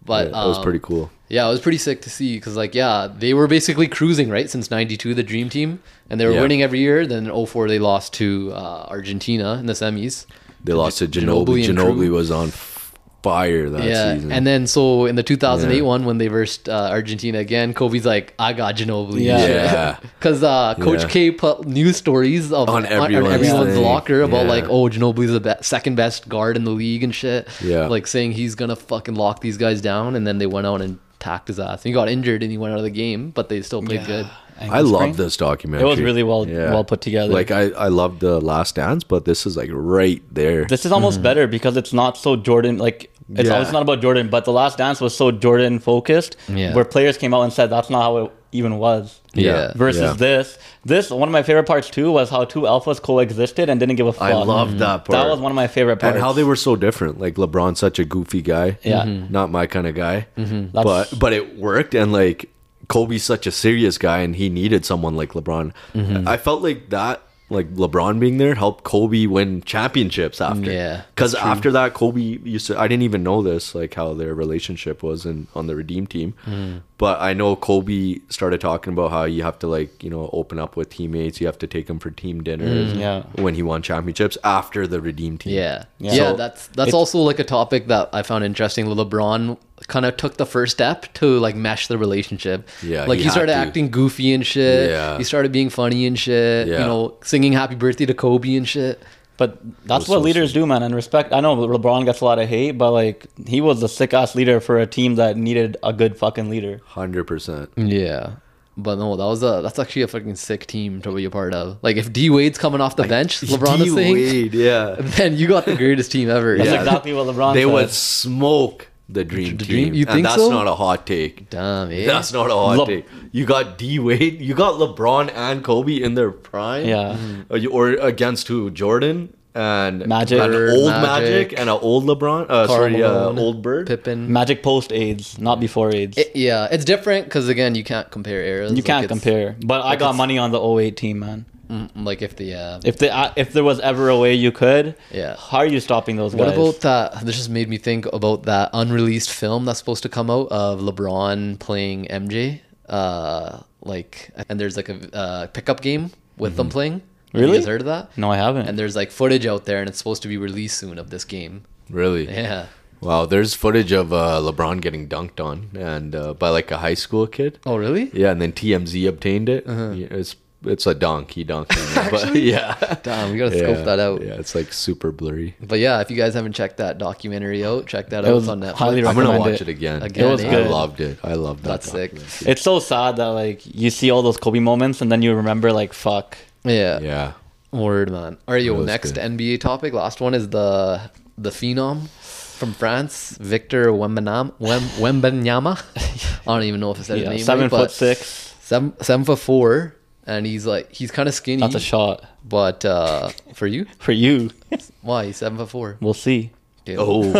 but Yeah, that was um, pretty cool. Yeah, it was pretty sick to see because, like, yeah, they were basically cruising, right, since 92, the Dream Team, and they were Yeah. winning every year. Then in 04, they lost to uh, Argentina in the semis. They lost to Ginobili Ginobili. and Ginobili Crew. was on f- fire that yeah. season. And then, so in the 2008 Yeah. one, when they versed uh, Argentina again, Kobe's like, I got Ginobili. Yeah. Yeah. Because uh, Coach K Yeah. put news stories of, On on, on everyone's everyone's thing. locker about, Yeah. like, oh, Ginobili's the be- second best guard in the league and shit. Yeah. Like, saying he's going to fucking lock these guys down. And then they went out and tacked his ass. He got injured and he went out of the game, but they still played good. I love this documentary. really well- well put together. Like I, I love the Last Dance, but this is like right there. This is Mm-hmm. almost better because it's not so Jordan like it's Yeah. always not about Jordan, but the last dance was so Jordan focused Yeah. where players came out and said that's not how it even was. Yeah. Versus Yeah. this, this one of my favorite parts too was how two alphas coexisted and didn't give a fuck. Mm-hmm. I love that part. That was one of my favorite parts. and how they were so different. Like LeBron's such a goofy guy. Yeah. Mhm. Not my kind of guy. Mm-hmm. That's- But but it worked and like Kobe's such a serious guy and he needed someone like LeBron. Mm-hmm. I felt like that like LeBron being there helped Kobe win championships after. Yeah, Cuz after that Kobe used to I didn't even know this like how their relationship was in on the Redeem team. Mm. But I know Kobe started talking about how you have to like, you know, open up with teammates, you have to take them for team dinners Yeah. when he won championships after the Redeem team. Mm-hmm. Yeah. Yeah. Yeah, So that's that's also like a topic that I found interesting. LeBron kind of took the first step to like mesh the relationship. Yeah, Like he he, had started to. acting goofy and shit. Yeah. He started being funny and shit. Yeah. You know, singing happy birthday to Kobe and shit. But that's was what so leaders do, man. And respect. I know LeBron gets a lot of hate, but like he was a sick ass leader for a team that needed a good fucking leader. Hundred percent. Yeah. But no, that was a that's actually a fucking sick team to be a part of. Like if D Wade's coming off the bench, LeBron is saying, Wade, yeah. then you got the greatest team ever. That's Yeah. exactly what LeBron They said. would smoke the dream The team. Dream- you and think that's so? not a hot take. Damn, eh? That's not a hot Le- take. You got D Wade, you got LeBron and Kobe in their prime. Yeah. Or you- Or against who? Jordan and Magic. an Bird, old Magic, Magic. and an old LeBron. Uh, Karl sorry, uh, Malone, old Bird. Pippen. Magic post AIDS, not before AIDS. It- yeah, it's different because again, you can't compare eras. you Like, can't it's- compare. But I got it's- money on the 08 team, man. mm, Like if the uh, If the I if there was ever a way you could, Yeah. how are you stopping those What guys? about that? This just made me think about that unreleased film that's supposed to come out of LeBron playing MJ. Uh, like, and there's like a uh, pickup game with them playing. Have Mm-hmm. Really? You guys heard of that? no, I haven't. And there's like footage out there, and it's supposed to be released soon of this game. Really? Yeah. Wow. There's footage of uh, LeBron getting dunked on, and uh, by like a high school kid. Oh, really? Yeah, and then TMZ obtained it. Uh-huh. Yeah, It's it's a dunk. He dunked. on it, but yeah. Damn, we gotta scope that out. Yeah, it's like super blurry. But yeah, if you guys haven't checked that documentary out, check that It out was it's on Netflix. highly I'm gonna recommend watch it. it, again. Again, It was eh? good. I loved it. I loved that. That's sick. documentary. it's so sad that like you see all those Kobe moments and then you remember like fuck. Yeah. Yeah. Word man. All right, That yo. was Next good. NBA topic. Last one is the the phenom from France, Victor Wembanam, Wem, Wembanyama. I don't even know if I said Yeah, his name. seven right, foot but six. Seven seven foot four, and he's like he's kind of skinny. That's a shot But uh, for you, for you. why he's seven foot four? we'll see. Okay, Oh,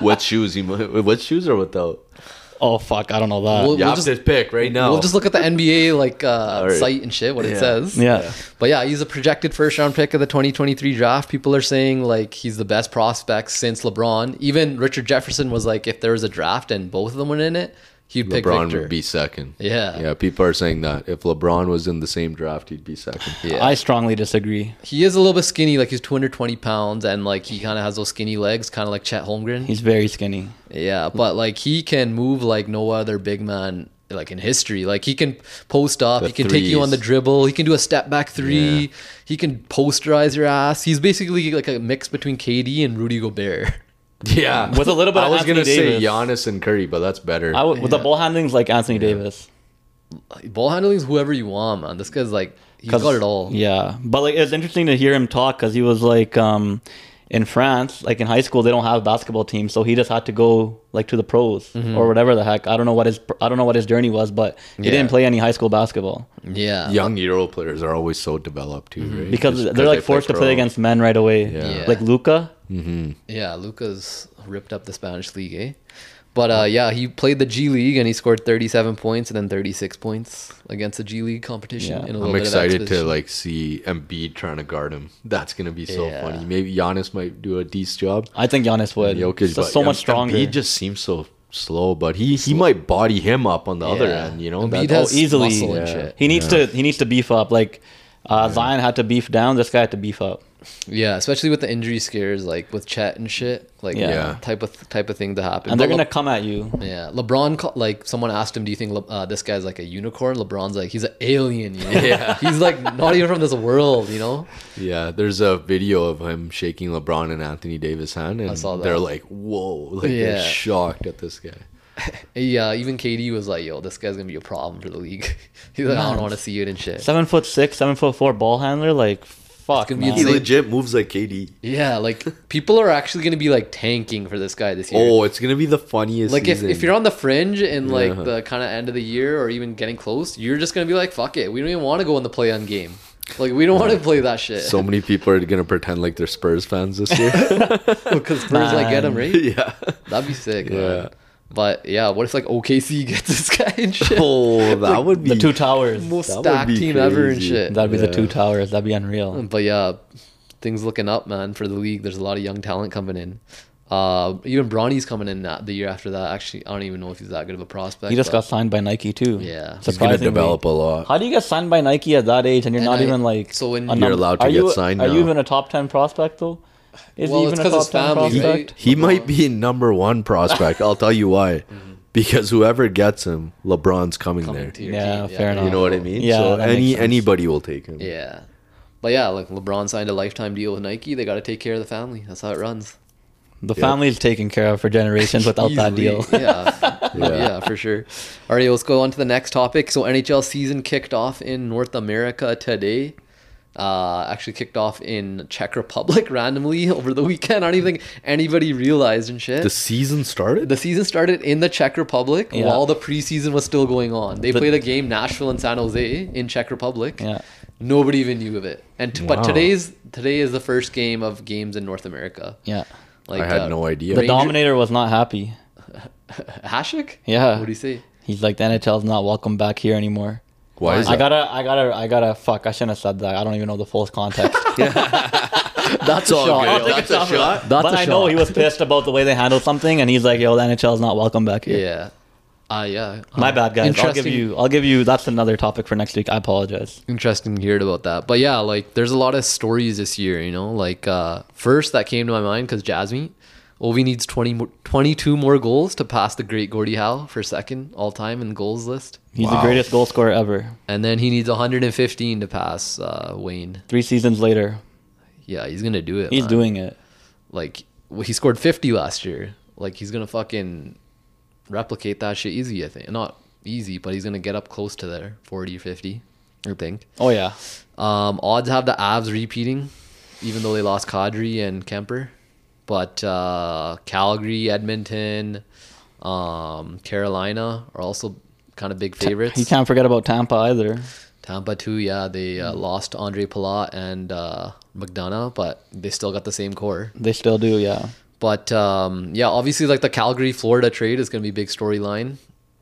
what shoes? You mu- what shoes or without? Oh fuck, I don't know that. Well- You We'll have just- to pick right now. We'll just look at the NBA like uh, All right. site and shit, what Yeah. it says. yeah. But yeah, he's a projected first round pick of the 2023 draft. People are saying like he's the best prospect since LeBron. Even Richard Jefferson was like, if there was a draft and both of them were in it, he'd pick LeBron Victor. would be second. Yeah. Yeah. People are saying that if LeBron was in the same draft, he'd be second. yeah. I strongly disagree. he is a little bit skinny, like he's 220 pounds, and like he kind of has those skinny legs, kind of like Chet Holmgren. He's very skinny. Yeah, but like he can move like no other big man like in history. Like he can post up, The he can take you on the threes. dribble, he can do a step back three, Yeah. he can posterize your ass. He's basically like a mix between KD and Rudy Gobert. Yeah. With a little bit I of was Anthony gonna say Davis. Giannis and Curry, but that's better. I w- with the ball handling's like Anthony Davis. Ball handling's whoever you want, man. This guy's like he's 'Cause- got it all. Yeah, but like it's interesting to hear him talk because he was like um, in France, like in high school, they don't have basketball teams, so he just had to go like to the pros Mm-hmm. or whatever the heck. I don't know what his I don't know what his journey was, but he Yeah. didn't play any high school basketball Yeah. Young Euro players are always so developed too, Mm-hmm. right? because Just they're they like forced to pro. play against men right away. Yeah. Like Luca, Yeah, Luca's ripped up the Spanish league, eh? But uh, yeah, he played the G League and he scored 37 points and then 36 points against the G League competition. Yeah. In a little I'm bit of excited to exposition. like see Embiid trying to guard him. That's gonna be so Yeah. funny. Maybe Giannis might do a decent job. I think Giannis would. Jokic, He's just but so much Em- stronger. Embiid just seems so slow, but he he might body him up on the other Yeah. end. You know, Embiid That's- has oh, easily. muscle and Yeah. shit. he needs to he needs to beef up. Like uh, Zion had to beef down. This guy had to beef up. Yeah, especially with the injury scares, like with Chet and shit, like Yeah. Yeah. type of type of thing to happen. And they're But gonna come at you. Le- yeah, LeBron. Call, like someone asked him, "Do you think Le- uh, this guy's like a unicorn?" LeBron's like, "He's an alien. You know? Yeah. he's like not even from this world. You know, yeah, there's a video of him shaking LeBron and Anthony Davis' hand, and saw that. they're like, "Whoa!" Like they're Yeah. shocked at this guy. yeah." uh, Even KD was like, "Yo, this guy's gonna be a problem for the league." he's like, "I don't want to see it and shit." Seven foot six, seven foot four ball handler. Like fuck. gonna be man. He He insane. legit moves like KD. Yeah, like people are actually gonna be like tanking for this guy this year. Oh, it's gonna be the funniest. like if, season. if you're on the fringe and like Yeah. the kind of end of the year or even getting close, you're just gonna be like, fuck it, we don't even want to go in the play on game. Like we don't want to play that shit. so many people are gonna pretend like they're Spurs fans this year. because Spurs like get him right. yeah. That'd be sick. Yeah. Man. But yeah, what if like OKC gets this guy and shit? Oh, that would be the two towers. Most that would stacked be team ever and crazy. shit. That'd be Yeah. the two towers. That'd be unreal. But yeah, things looking up, man, for the league. There's a lot of young talent coming in. Uh, even Bronny's coming in that the year after that. Actually, I don't even know if he's that good of a prospect. He just but- got signed by Nike too. Yeah. He's He's gonna surprisingly. develop a lot. How do you get signed by Nike at that age and you're And not I- even like so when- a You're allowed to are get you, signed Are you now. even a top ten prospect though? Is Well, he it's even a 'cause top his ten family, prospect? right? He might be number one prospect. I'll tell you why. Because whoever gets him, LeBron's coming, coming there. to Oh. your Yeah, team. fair You enough. know what I mean? Yeah, So that makes any sense. anybody will take him. Yeah. But yeah, like LeBron signed a lifetime deal with Nike. They got to take care of the family. That's how it runs. The family's taken care of for generations without that deal. Easily. yeah. yeah. for sure. All right, let's go on to the next topic. So NHL season kicked off in North America today. Uh, actually kicked off in Czech Republic randomly over the weekend. I don't even think anybody realized and shit. The season started. the season started in the Czech Republic Yeah. while the preseason was still going on. They The- played a game Nashville and San Jose in Czech Republic. Yeah. Nobody even knew of it. And t- but Wow. today's today is the first game of games in North America. Yeah. Like I had uh, no idea. The Ranger- Dominator was not happy. Hashik? Yeah. What do you say? He's like the NHL's not welcome back here anymore. why is I that? gotta, I gotta, I gotta. Fuck! I shouldn't have said that. I don't even know the full context. That's all I'll take a shot. for that. That's but a I know shot. he was pissed about the way they handled something, and he's like, "Yo, the NHL's not welcome back here." Yeah. Ah, yeah. My Uh, bad, guys. I'll give interesting- you. I'll give you. That's another topic for next week. I apologize. interesting to hear about that. But yeah, like there's a lot of stories this year, you know. Like uh first that came to my mind cuz Jasmine Ovi needs 20 mo- 22 more goals to pass the great Gordie Howe for second all time in goals list. He's the greatest goal scorer ever. And then he needs 115 to pass uh Wayne. Three seasons later, Yeah, he's going to do it. he's man. doing it. like w- he scored 50 last year. Like he's going to fucking replicate that shit easy, I think. Not easy, but he's going to get up close to there, 40 or 50, I think. Oh yeah, Um, odds have the Avs repeating, even though they lost Kadri and Kemper. But uh, Calgary, Edmonton, um, Carolina are also kind of big favorites. you can't forget about Tampa either. Tampa too, yeah, they uh, lost Andre Palat and uh, McDonough, but they still got the same core. They still do. Yeah. But um, yeah, obviously, like the Calgary Florida trade is going to be a big storyline.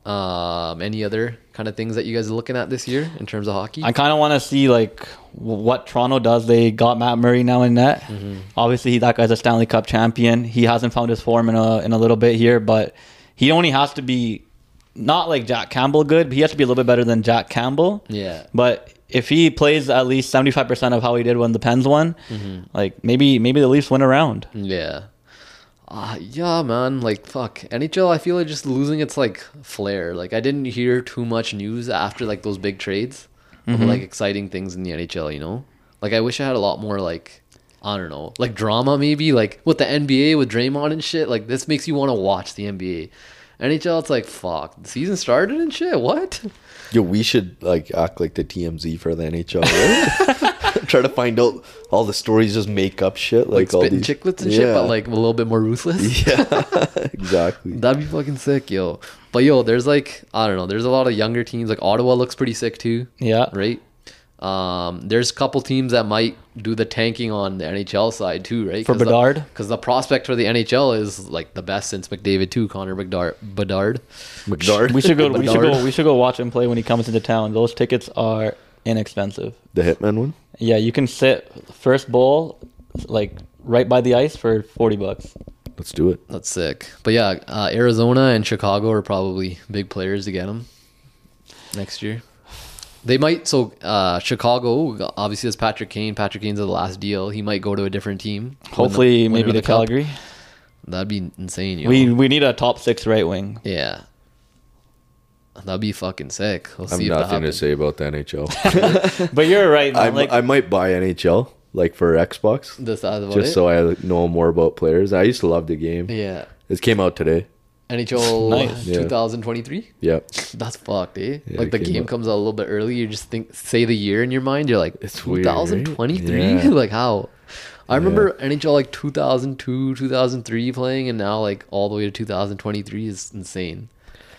Um, any other kind of things that you guys are looking at this year in terms of hockey? I kind of want to see like w- what Toronto does. They got Matt Murray now in net. Obviously, he, that guy's a Stanley Cup champion. He hasn't found his form in a in a little bit here, but he only has to be not like Jack Campbell good, but he has to be a little bit better than Jack Campbell. Yeah. But if he plays at least seventy five percent of how he did when the Pens won, like maybe maybe the Leafs win around. Mm-hmm. Yeah. Uh, yeah, man. Like, fuck. NHL, I feel like just losing its, like, flair. Like, I didn't hear too much news after, like, those big trades of, Mm-hmm. like, exciting things in the NHL, you know? Like, I wish I had a lot more, like, I don't know, like drama maybe, like with the NBA with Draymond and shit. Like, this makes you want to watch the NBA. NHL, it's like, fuck, the season started and shit. What? Yo, we should like act like the TMZ for the NHL. right? Try to find out all the stories, just make up shit like, Like, all spitting these chicklets and shit, Yeah, but, like, a little bit more ruthless. exactly. That'd be fucking sick, yo. But yo, there's like I don't know. There's a lot of younger teams. Like Ottawa looks pretty sick too, Yeah. right? Um, there's a couple teams that might do the tanking on the NHL side too, right? For Bedard? because the prospect for the NHL is like the best since McDavid too, Connor McDar- Bedard. McDard. We should go. we should Bedard. go. We should go watch him play when he comes into town. Those tickets are inexpensive. the Hitman one. Yeah, you can sit first bowl, like right by the ice for forty bucks. Let's do it. That's sick. But yeah, uh, Arizona and Chicago are probably big players to get him next year. They might. So uh, Chicago obviously has Patrick Kane. Patrick Kane's the last deal. He might go to a different team. Win the- Hopefully, win maybe another the cup. Calgary. That'd be insane. You We know? we need a top six right wing. yeah. That'd be fucking sick. We'll I have see if that nothing to happens. say about the NHL. But you're right. I Man. Like I might buy NHL like for Xbox That's- that's about just it? so I know more about players. I used to love the game. yeah. It came out today. NHL Nice. Yeah. 2023. Yep. That's fucked, eh? Yeah, like it the came game up- comes out a little bit early. You just think, say the year in your mind. You're like, It's weird, right? 2023. Yeah. like how? I remember NHL like 2002, 2003 playing, and now like all the way to 2023 is insane.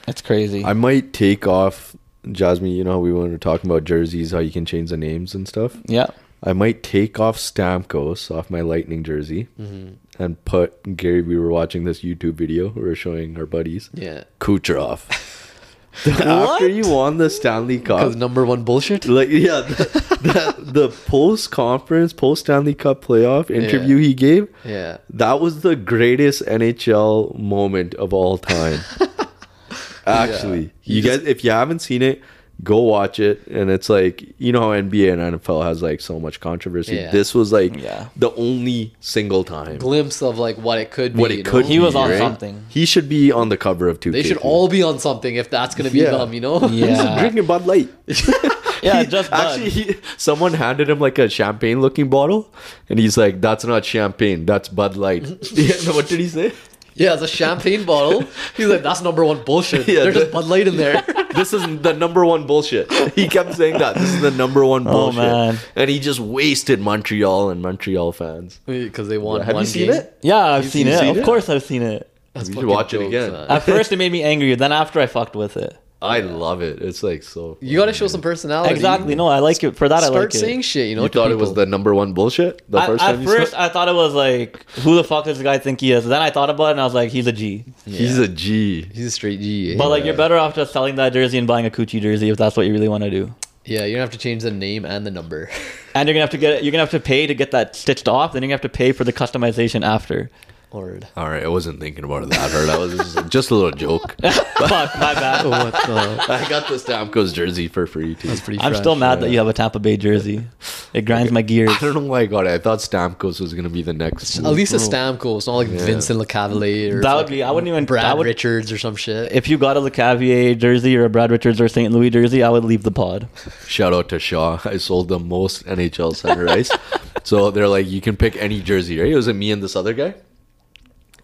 That's crazy. I might take off Jasmine, you know how we were talking about jerseys, how you can change the names and stuff. yeah. I might take off Stamkos off my Lightning jersey Mm-hmm. and put Gary. We were watching this YouTube video. We were showing our buddies Yeah, Kucherov. After you won the Stanley Cup, because number one bullshit. like yeah, the, the, the post conference, post Stanley Cup playoff interview he gave, Yeah, that was the greatest NHL moment of all time. Actually, you guys, if you haven't seen it, go watch it. And it's like you know how NBA and NFL has like so much controversy. Yeah. This was like Yeah. the only single time glimpse of like what it could be. what you it know? could. He was be, on right? something. He should be on the cover of two. They should all be on something if that's gonna be Yeah. them. You know? Yeah. drinking Bud Light. Yeah, He- just actually, he, someone handed him like a champagne looking bottle, and he's like, "That's not champagne. That's Bud Light." yeah, no, what did he say? yeah, it's a champagne bottle. He's like, that's number one bullshit. Yeah, There's the- just Bud Light in there. this is the number one bullshit. He kept saying that. This is the number one bullshit. Oh, man. And he just wasted Montreal and Montreal fans. Because they won. Have one you seen game. it? Yeah, I've seen you it. seen of it? course, I've seen it. That's You should fucking watch it again. man. At first, it made me angry. Then after, I fucked with it. I love it. It's like so. You got to show some Oh, personality. Exactly. No, I like it. For that, Start I like it. saying shit. You know. You to thought it was people. the number one bullshit the At- first at time you saw first, it? I thought it was like, who the fuck does this guy think he is? Then I thought about it and I was like, he's a G. He's a G. He's a straight G. eh? But like, you're better off just selling that jersey and buying a Coochie jersey if that's what you really want to do. yeah, you're gonna have to change the name and the number. And you're gonna have to get you're gonna have to pay to get that stitched off. Then you're gonna have to pay for the customization after. Lord. All right, I wasn't thinking about it that hard. That was just, just a little joke. Fuck, my bad. What the? I got the Stamkos jersey for free too. That's pretty. I'm fresh. still mad that you have a Tampa Bay jersey. It grinds my gears. I don't know why I got it. I thought Stamkos was gonna be the next. At least a Stamkos, not like Vincent LeCavalier. Or Oh. That would fucking be- I wouldn't even- Brad I would- Richards or some shit. If you got a LeCavier jersey or a Brad Richards or St. Louis jersey, I would leave the pod. Shout out to Shaw. I sold the most NHL center ice. so they're like, you can pick any jersey, right? It was me and this other guy.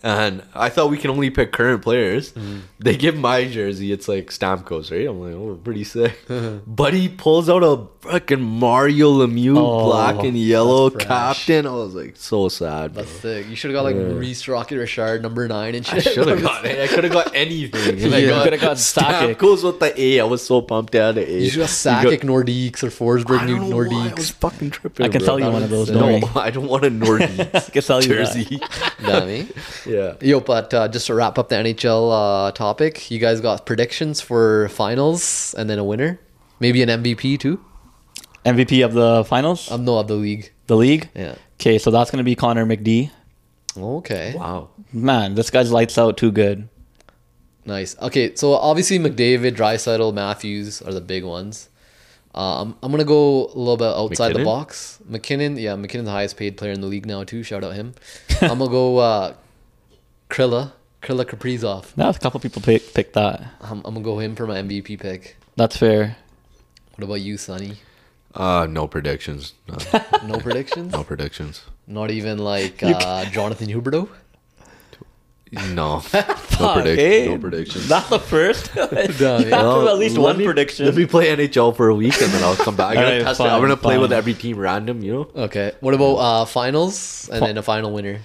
And I thought we can only pick current players. Mm-hmm. They give my jersey, it's like Stamkos, right? I'm like, oh, pretty sick. but he pulls out a fucking Mario Lemieux Oh, black and yellow that's fresh. captain. I was like, so sad. Bro. That's sick. You should have got like Reese Rocket Richard number nine and I shit. should have got it. I could have got anything. Yeah. I You could have got Sakic. Stamkos with the A. I was so pumped out of A. You should have Sakic Nordiques or Forsberg I don't know why. I Nordiques. was fucking tripping. I can bro. sell you that one of is those. sick. Don't No, worry. I don't want a Nordiques I can sell you that. jersey. Know what I mean? yeah. Yo, but uh, just to wrap up the NHL uh, topic, you guys got predictions for finals and then a winner, maybe an MVP too. MVP of the finals, Um, no, of the league. the league. Yeah. Okay, so that's gonna be Connor McD. Okay. Wow. Man, this guy's lights out too good. Nice. Okay, so obviously McDavid, Drysaddle, Matthews are the big ones. Um, I'm gonna go a little bit outside the McKinnon? box. McKinnon, yeah, McKinnon's the highest paid player in the league now too. Shout out him. I'm gonna go uh, Krilla, Krilla Kaprizov. Now a couple people pick pick that. I'm, I'm gonna go him for my MVP pick. That's fair. What about you, Sonny? Uh, no predictions. No, No predictions. no predictions. Not even like uh, Jonathan Huberto. No. no, Fuck, predict- eh? no predictions. That's the first. you have to yeah. have at least Let one me- prediction. Let me play NHL for a week and then I'll come back. I gotta Alright, test it. I'm fine, gonna play with fine. every team random, you know? Okay. What about uh, finals and then a final winner?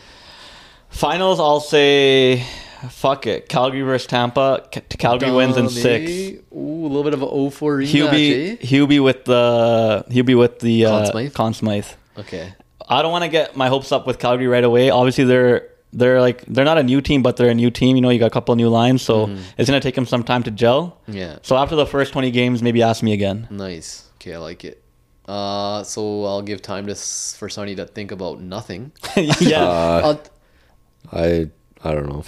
Finals, I'll say, fuck it. Calgary versus Tampa. Ca- Calgary wins in six. Ooh, a little bit of an 0-4 rematch. eh? Hubie, Hubie with the Hubie with the uh, Conn Conn Smythe? Smythe. Okay. I don't want to get my hopes up with Calgary right away. Obviously, they're they're like they're not a new team, but they're a new team. You know, you got a couple new lines, so Mm-hmm. it's gonna take them some time to gel. Mm. Yeah. So after the first twenty games, maybe ask me again. Nice. Okay, I like it. Uh, so I'll give time to s- for Sonny to think about nothing. yeah. Uh, I'll- I I don't know.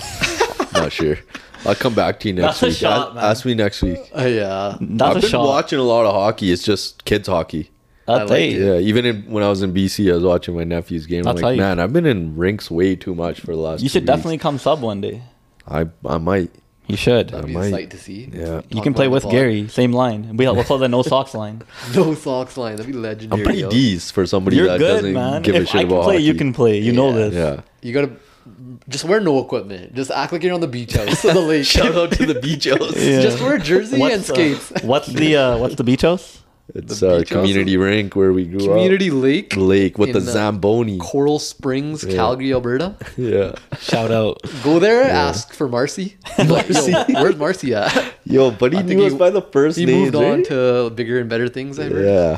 Not sure. I'll come back to you next That's a week. shot, A- man. ask me next week. uh, yeah. that's I've a been shot. watching a lot of hockey. It's just kids hockey. That's I like eight. it. Yeah, even in, when I was in BC, I was watching my nephew's game. I'll I'm tell like, you. man, I've been in rinks way too much for the last. You should two weeks." definitely come sub one day. I I might. You should. That'd I be a might. sight to see. Yeah. You Talk can play about with the Gary, same line. We we'll call the no socks line. ball. No socks line. That'd be legendary. I'm pretty yo. D's for somebody You're that good, doesn't man. give if a shit I can about play, hockey. you can play. You know Yeah. this. Yeah. You gotta just wear no equipment. Just act like you're on the beach house or the lake. Shout out to the beach house. Yeah. Just wear a jersey What's and the- skates. What's the uh, what's the beach house? It's The a beach house? community rink where we grew Community lake, up. Lake with in, the uh, Zamboni. Coral Springs, Calgary, Alberta. Yeah. Shout out. Go there, ask for Marcy. Like, yo, where's Marcy at? Yo, buddy I he think knew us he- by the first He name. moved on to bigger and better things. I heard. eh? Yeah.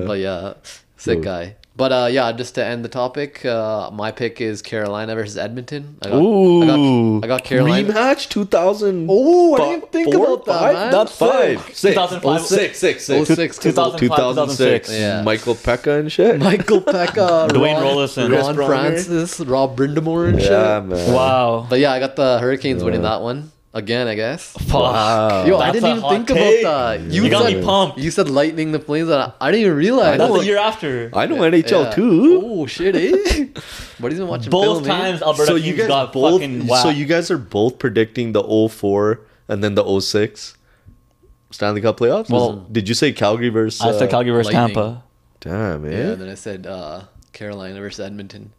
Yeah. But yeah, sick Yo. guy. But uh, yeah, just to end the topic, uh, my pick is Carolina versus Edmonton. I got, I Ooh. got, I got Carolina. Rematch 2000. Oh, I didn't think four, about that, five? man. That's five. Sick. Six. 2005. Oh, six, six, Oh, six. six, 'cause of 2005, 2006. Yeah. Michael Pekka and shit. Michael Pekka, Dwayne Ron- Rollison. Ron Chris Pronger. Francis, Rob Brindamore, and yeah, shit. man. Wow. But yeah, I got the Hurricanes winning that one again. I guess. Fuck. Yo, I Uh, That's a didn't even hot think take. about that. You, You got said, me pumped. You said lightning the planes, and I, I didn't even realize. That's the year after. uh, I know NHL Yeah. too. Oh shit, eh? Buddy's been watching Both film, eh? times Alberta teams got both. fucking whacked. So you guys are both predicting the 04 and then the 06 Stanley Cup playoffs. Well- did you say Calgary versus? I said uh, Calgary versus Lightning. Tampa. Damn, eh? man, Yeah, and then I said uh, Carolina versus Edmonton.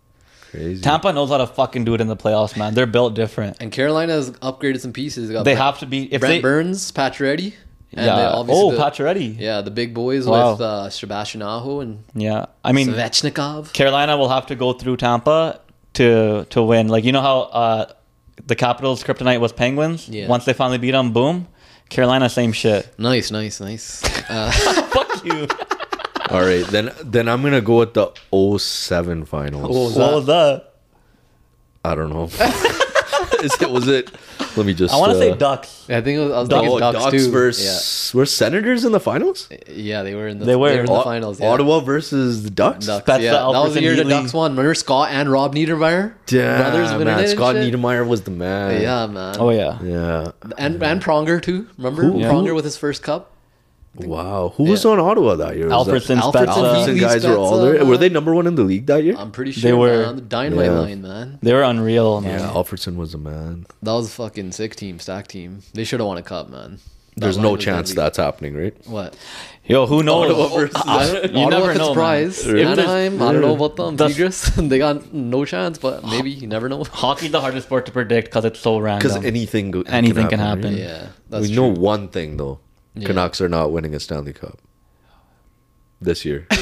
crazy. Tampa knows how to fucking do it in the playoffs, man. They're built different. And Carolina's upgraded some pieces. They got They Brent, have to be if Brent they. Burns, Pacioretty, and then Yeah. obviously Oh, the, Pacioretty. Yeah, the big boys Wow. with uh, Sebastian Aho and Yeah. I mean, Svechnikov. Carolina will have to go through Tampa to to win. Like you know how uh, the Capitals' kryptonite was Penguins. Yeah. Once they finally beat them, boom. Carolina, same shit. Nice, nice, nice. Uh, Fuck you. All right, then then I'm gonna go with the 07 finals. Oh. what was that? I don't know. Is it was it? Let me just. I want to uh, say Ducks. I think it was, I was Ducks. thinking Oh, Ducks, Ducks, too. versus were Senators in the finals? yeah. yeah, they were in the They were. in the Au- finals. Yeah. Ottawa versus the Ducks. Ducks, That's yeah. the that was the Alfredson year the Healy. Ducks won. Remember Scott and Rob Niedermeyer? Yeah, winning it man. and Scott shit? Niedermeyer was the man. Yeah, man. Oh yeah. Yeah. And and Pronger too. Remember Who- Pronger who- with his first cup? Wow. Who was Yeah. on Ottawa that year? Was that- Alfredson, Alfredson, Spezza. Healy. Alfredson guys were all there. Spezza, Were man. they number one in the league that year? I'm pretty sure They were- man. The dynamite Yeah. line, man. They were unreal, man. yeah, Alfredson was a man. That was a fucking sick team, stack team. They should have won a cup, man. That There's line no was chance deadly. that's happening, right? what Yo, who knows? I, oh, you Ottawa never could know, surprise man. If there's- Anaheim. I don't know about them. That's- Tigres, they got no chance, but maybe you never know. Hockey's the hardest sport to predict because it's so Because random. anything go- Anything can happen. right? Yeah, that's we true. know one thing though: Canucks are not winning a Stanley Cup this year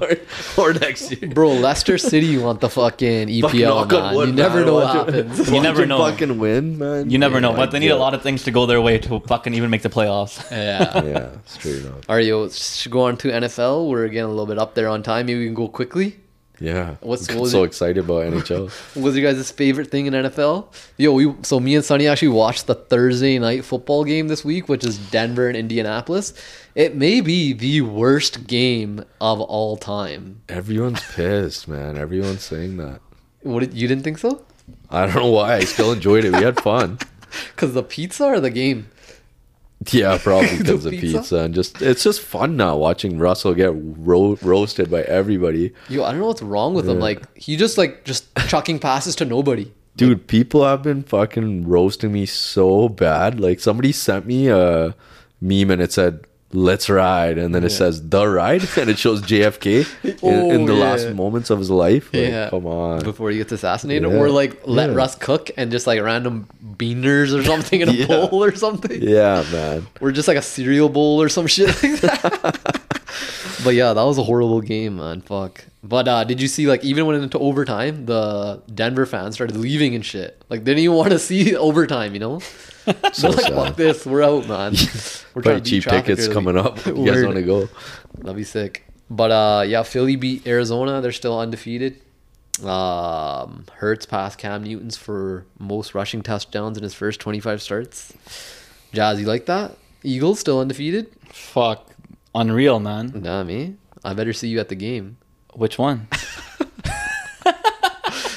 or, or next year. Bro, Leicester City want the fucking EPL, Fuck, knock on man. wood, you man. never I know what want to- happens. You never want to know. Fucking win, man. you never know, Yeah, but they need a lot of things to go their way to fucking even make the playoffs. yeah. Yeah, it's true enough. All right, yo, should go on to NFL. We're getting a little bit up there on time. Maybe we can go quickly. Yeah, What's- I'm what was so it? excited about NHL? What was your guys' favorite thing in NFL? Yo, we so me and Sonny actually watched the Thursday night football game this week, which is Denver and Indianapolis. It may be the worst game of all time. Everyone's pissed, man. Everyone's saying that. What did- you didn't think so? I don't know why. I still enjoyed it. We had fun. Because the pizza or the game? Yeah, probably because of pizza? pizza. and just it's just fun now watching Russell get ro- roasted by everybody. Yo, I don't know what's wrong with him. Like he just like just chucking passes to nobody. Dude, people have been fucking roasting me so bad. Like somebody sent me a meme and it said "Let's ride," and then it says "The Ride," and it shows JFK in, in Oh, the yeah. last moments of his life. Like, Yeah. come on. Before he gets assassinated, Yeah. or like let Yeah. Russ cook and just like random beaners or something in a Yeah. bowl or something. Yeah, man. or just like a cereal bowl or some shit like that. but yeah, that was a horrible game, man. Fuck. But uh, did you see like even when it went into overtime, the Denver fans started leaving and shit. Like they didn't even want to see overtime, you know? So They're like, sad. fuck this, we're out, man. We're Probably beat cheap traffic tickets here. coming up. You guys Word. want to go? That'd be sick. But uh, yeah, Philly beat Arizona. They're still undefeated. Um, Hertz passed Cam Newton's for most rushing touchdowns in his first 25 starts. Jazz, you like that? Eagles still undefeated. Fuck. Unreal, man. Nah, me. I better see you at the game. Which one? You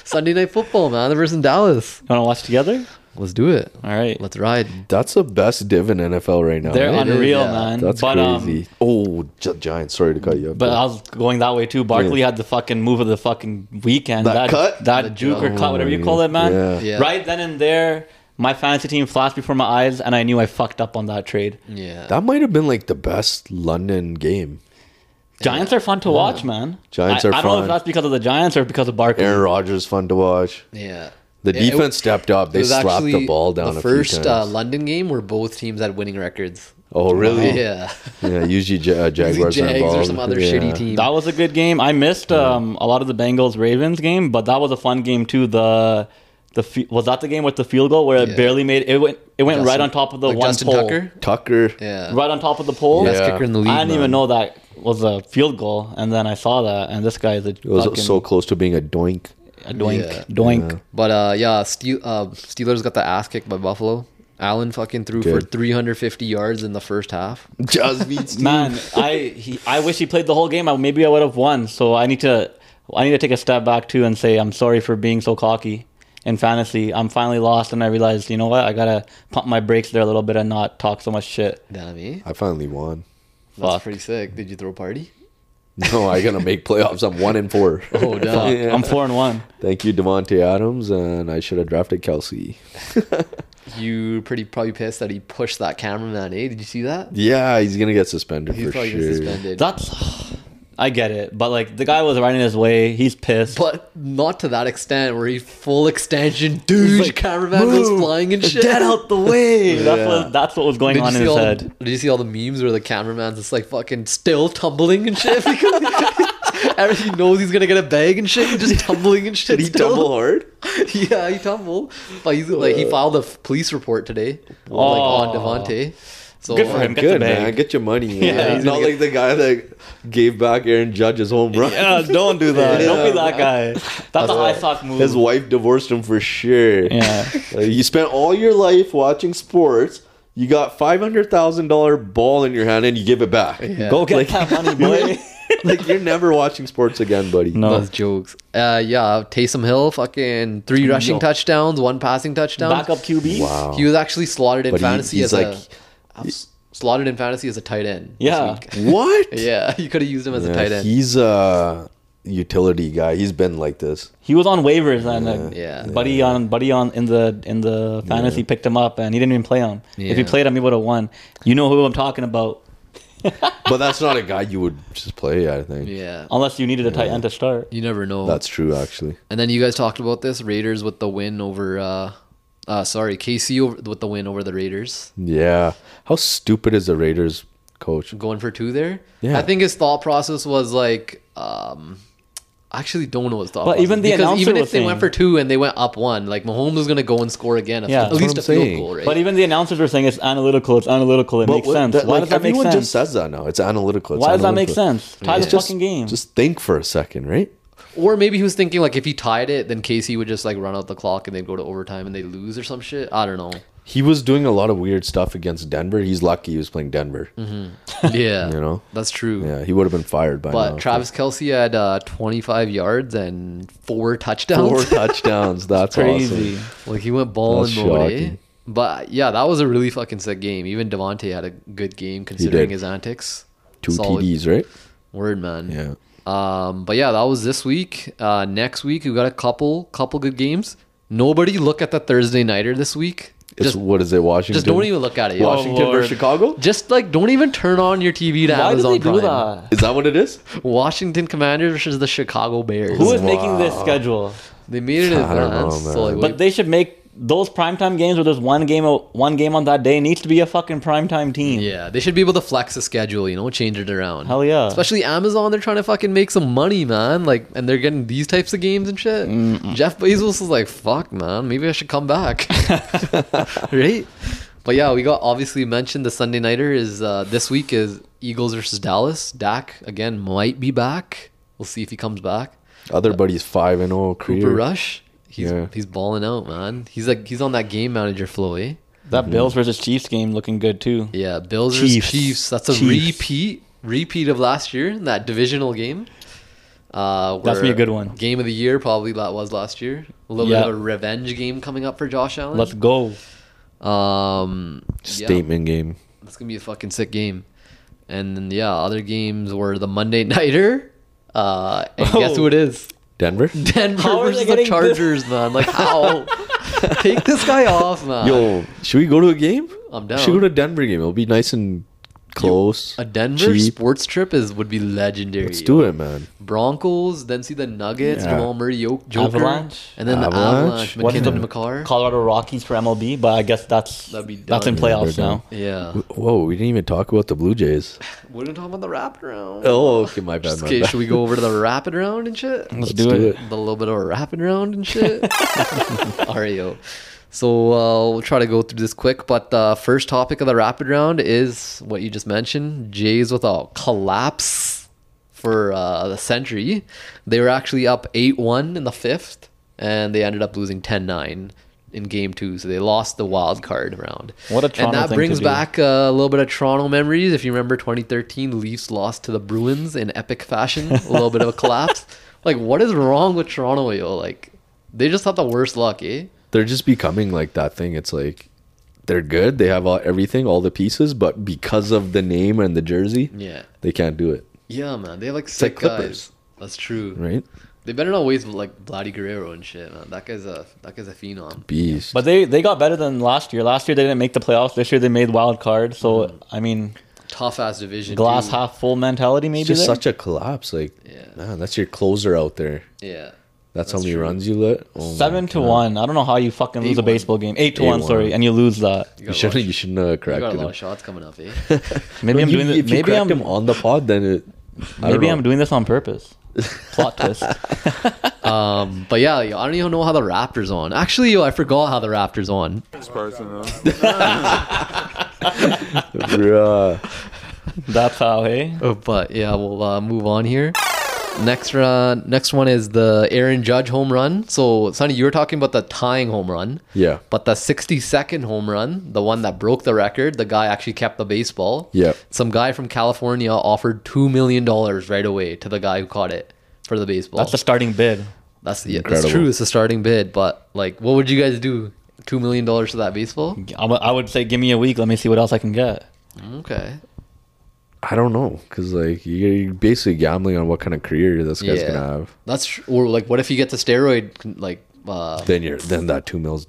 Sunday night football, man. The versus in Dallas. want to watch together? Let's do it. All right. Let's ride. That's the best div in NFL right now. They're eh? it is, unreal, yeah. man. That's but, Um, crazy. oh, Gi- Giants. Sorry to cut you. Up, but I was going that way too. Barkley Yeah. had the fucking move of the fucking weekend. That cut? that The juke or jump. cut, whatever you call it, man. Yeah. Yeah. Right then and there, my fantasy team flashed before my eyes, and I knew I fucked up on that trade. Yeah. That might have been like the best London game. Giants are fun to watch, man. Giants I, are I don't know if fun. that's because of the Giants or because of Barkley. Aaron Rodgers fun to watch. Yeah. The Yeah, it- defense stepped up. it They was slapped actually the ball down The a first few Uh, times. London game where both teams had winning records. oh, really? Yeah. Yeah, usually Ja- uh, Jaguars are Jags involved. or some other Yeah. shitty team. That was a good game. I missed um, a lot of the Bengals Ravens game, but that was a fun game too. The the fe- was that the game with the field goal where it Yeah. barely made it went it went right Justin- on top of the like one Justin pole, Tucker. Tucker. Yeah. right on top of the pole. Best Yeah. kicker in the I league. didn't even man. know that was a field goal, and then I saw that, and this guy is a It was fucking so close to being a doink. a doink Yeah. doink. But uh, yeah, Steel, uh, Steelers got the ass kicked by Buffalo. Allen fucking threw for Good. 350 yards in the first half. Just beats Man, I he, I wish he played the whole game. I, maybe I would have won. So I need to I need to take a step back too and say I'm sorry for being so cocky in fantasy. I'm finally lost and I realized you know what I gotta pump my brakes there a little bit and not talk so much shit. Damn me. I finally won. That's Fuck. pretty sick. Did you throw a party? No, I gotta make playoffs. I'm one and four. Oh, damn. Yeah. I'm four and one. Thank you, Devonte Adams, and I should have drafted Kelsey. You pretty probably pissed that he pushed that cameraman, eh? Did you see that? Yeah, he's gonna get suspended He's for probably sure. gonna suspended. That's I get it, but like the guy was riding his way. He's pissed. but not to that extent where he full extension, dude, like, cameraman was "Move! flying and shit. Get out the way. That's Yeah. what that's what was going Did you, on in see his all the, head. did you see all the memes where the cameraman's just like fucking still tumbling and shit because everybody knows he's gonna get a bag and shit, he's just tumbling and shit. Did he still. tumble hard? yeah, he tumbled. But he's like he filed a f- police report today, like on Devontae. So uh, Good for him. Get the Good bag. man, get your money. Man. Yeah, he's he's not gonna like the guy that gave back Aaron Judge his home run. Yeah, don't do that. Yeah. Don't be that guy. That's a high sock move. His wife divorced him for sure. Yeah. Uh, you spent all your life watching sports. You got five hundred thousand dollar ball in your hand and you give it back. Go get that money, boy. like you're never watching sports again, buddy. no. Those jokes. Uh, yeah, Taysom Hill, fucking three rushing No. touchdowns, one passing touchdown. Backup QB. Wow. He was actually slotted in But he- fantasy as he's like- a I'm s- slotted in fantasy as a tight end. this Yeah. week. What? yeah. You could have used him as a Yeah, tight end. He's a utility guy. He's been like this. He was on waivers and uh, Yeah. buddy on buddy on in the in the fantasy picked him up and he didn't even play him. If he Yeah. played him, he would have won. You know who I'm talking about. But that's not a guy you would just play. I think yeah. Unless you needed a tight end to start. You never know. that's true. Actually, and then you guys talked about this Raiders with the win over. Uh, uh, sorry, KC over, with the win over the Raiders, yeah. How stupid is the Raiders coach? going for two there. Yeah. I think his thought process was like, um, I actually don't know his thought. But process, even the announcer even if was they went saying- for two and they went up one, like Mahomes was gonna go and score again, a- Yeah. at That's least a what field I'm saying. goal, right? But even the announcers were saying it's analytical, it's analytical, it makes what- sense. that- Why like, does that make everyone sense? just says that now. It's analytical. It's Why does that make analytical. sense? Tie the Just- fucking game. Just think for a second, right? Or maybe he was thinking like if he tied it, then Casey would just like run out the clock and they'd go to overtime and they lose or some shit. I don't know. He was doing a lot of weird stuff against Denver. He's lucky he was playing Denver. Mm-hmm. Yeah, You know? that's true. Yeah, he would have been fired by But now. Travis Kelsey had uh, 25 yards and four four touchdowns. touchdowns. That's Crazy. awesome. like he went ball That's and mode. eh? shocking. But yeah, that was a really fucking sick game. Even Devontae had a good game considering did. his antics. Two Solid TDs, right? Word man. Yeah. Um, but yeah, that was this week. Uh, next week we got a couple, couple good games. Nobody look at the Thursday nighter this week. It's Just what is it, Washington? just don't even look at it. yo. Washington Lord. versus Chicago? Just like don't even turn on your TV to Why do Amazon they do Prime. that? Is that what it is? Washington Commanders versus the Chicago Bears. Who is making this schedule? they made it in I don't know, advance. so man. like, But they should make those primetime games where there's one game one game on that day needs to be a fucking primetime team. yeah, they should be able to flex the schedule. You know, change it around. Hell yeah. Especially Amazon, they're trying to fucking make some money, man. Like, and they're getting these types of games and shit. Jeff Bezos is like, "Fuck, man, maybe I should come back." right? But yeah, we got obviously mentioned the Sunday nighter is uh, this week is Eagles versus Dallas. Dak again might be back. We'll see if he comes back. Other buddies five and oh career. Cooper Rush. He's Yeah. he's balling out, man. He's like he's on that game manager flow, eh? That Bills versus Chiefs game looking good too. Yeah, Bills versus Chiefs. Chiefs. That's a Chiefs. repeat repeat of last year in that divisional game. Uh, That's where gonna be a good one. Game of the year probably that was last year. A little Yeah. bit of a revenge game coming up for Josh Allen. Let's go. um, yeah. Statement game. It's gonna be a fucking sick game. And then yeah, other games were the Monday nighter. Uh, and guess who Oh. it is? Denver? Denver How are they versus the getting this- Chargers, man. Like how? Take this guy off, man. Yo, should we go to a game? Uh, I'm down. Should we go to a Denver game. It'll be nice and close. A Denver cheap. sports trip is would be legendary. Let's do it, man. Broncos, then see the Nuggets, Yeah. Jamal Murray, Yo- Joker, Avalanche? and then Avalanche? the What's Avalanche, McKinnon, the McCarr. Colorado Rockies for MLB, but I guess that's That'd be that's in done. Yeah, playoffs they're now. yeah, Wh- Whoa, we didn't even talk about the Blue Jays. we didn't talk about the rapid round. Oh, okay, my bad. Just My okay, bad. should we go over to the rapid round and shit? Let's, do do, it. it. a little bit of a rapid round and shit. All right, yo. So uh, we'll try to go through this quick, but the first topic of the rapid round is what you just mentioned. Jays without collapse for uh, the century. They were actually up eight one in the fifth, and they ended up losing 10-9 in game two. So they lost the wild card round. What a and Toronto that thing to brings do. back a little bit of Toronto memories. If you remember 2013, Leafs lost to the Bruins in epic fashion. A little bit of a collapse. Like, what is wrong with Toronto, yo? Like, they just have the worst luck, eh? They're just becoming like that thing. It's like they're good. They have all, everything, all the pieces, but because of the name and the jersey, Yeah. they can't do it. Yeah, man. They have like like sick Clippers. guys. That's true. Right? They better not waste like Vladdy Guerrero and shit, man. That guy's a that guy's a phenom. Beast. But they they got better than last year. Last year they didn't make the playoffs. This year they made wild card. So I mean, Tough ass division. glass too. half full mentality maybe. it's just there? such a collapse. Like, Yeah. man, that's your closer out there. Yeah. That's, how That's many true. runs you let. Oh my Seven to God. one. I don't know how you fucking lose a 8-1. baseball game. Eight to one, 8-1. sorry, and you lose that. You You got, shouldn't. a, lot You of, shouldn't have you got corrected a lot him. of shots coming up, eh? Maybe No, I'm you- doing if this. you Maybe cracked I'm him on the pod. Then it. I maybe don't I'm know. doing this on purpose. Plot twist. Um, but yeah, yo, I don't even know how the Raptors on. Actually, yo, I forgot how the Raptors on. It's personal. Bruh. That's how. Hey, Uh, But yeah, we'll uh, move on here. Next run, next one is the Aaron Judge home run. So Sonny, you were talking about the tying home run. Yeah. But the 60-second home run, the one that broke the record, the guy actually kept the baseball. Yep. Some guy from California offered two million dollars right away to the guy who caught it for the baseball. that's the starting bid. That's yeah, that's Incredible. true. It's a starting bid, but like, what would you guys do? Two million dollars for that baseball? I w- I would say, give me a week. Let me see what else I can get. Mm. Okay. I don't know, cause like you're basically gambling on what kind of career this guy's Yeah. gonna have. That's tr- or like, what if you get the steroid? Like, uh, Then you're then that two mils,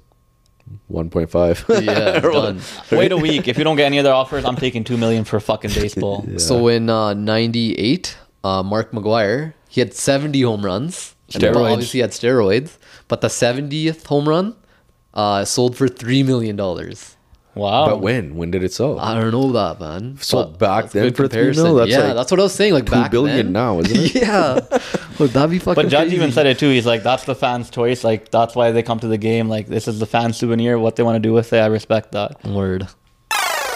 one point five. yeah, it's done. Wait a week. If you don't get any other offers, I'm taking two million for fucking baseball. So in uh, 98, uh, Mark McGuire, he had 70 home runs. And Steroids. Obviously, he had steroids. But the 70th home run uh, sold for $3 million. Wow. But when? When did it sell? Oh. I don't know that, man. So But back that's then good for three mil, that's yeah, like that's what I was saying. Like two back billion then. now, isn't it? yeah. Would that be fucking But Judge even crazy? said it too. He's like, that's the fans' choice. Like, that's why they come to the game. Like, this is the fan souvenir. What they want to do with it, I respect that. Word.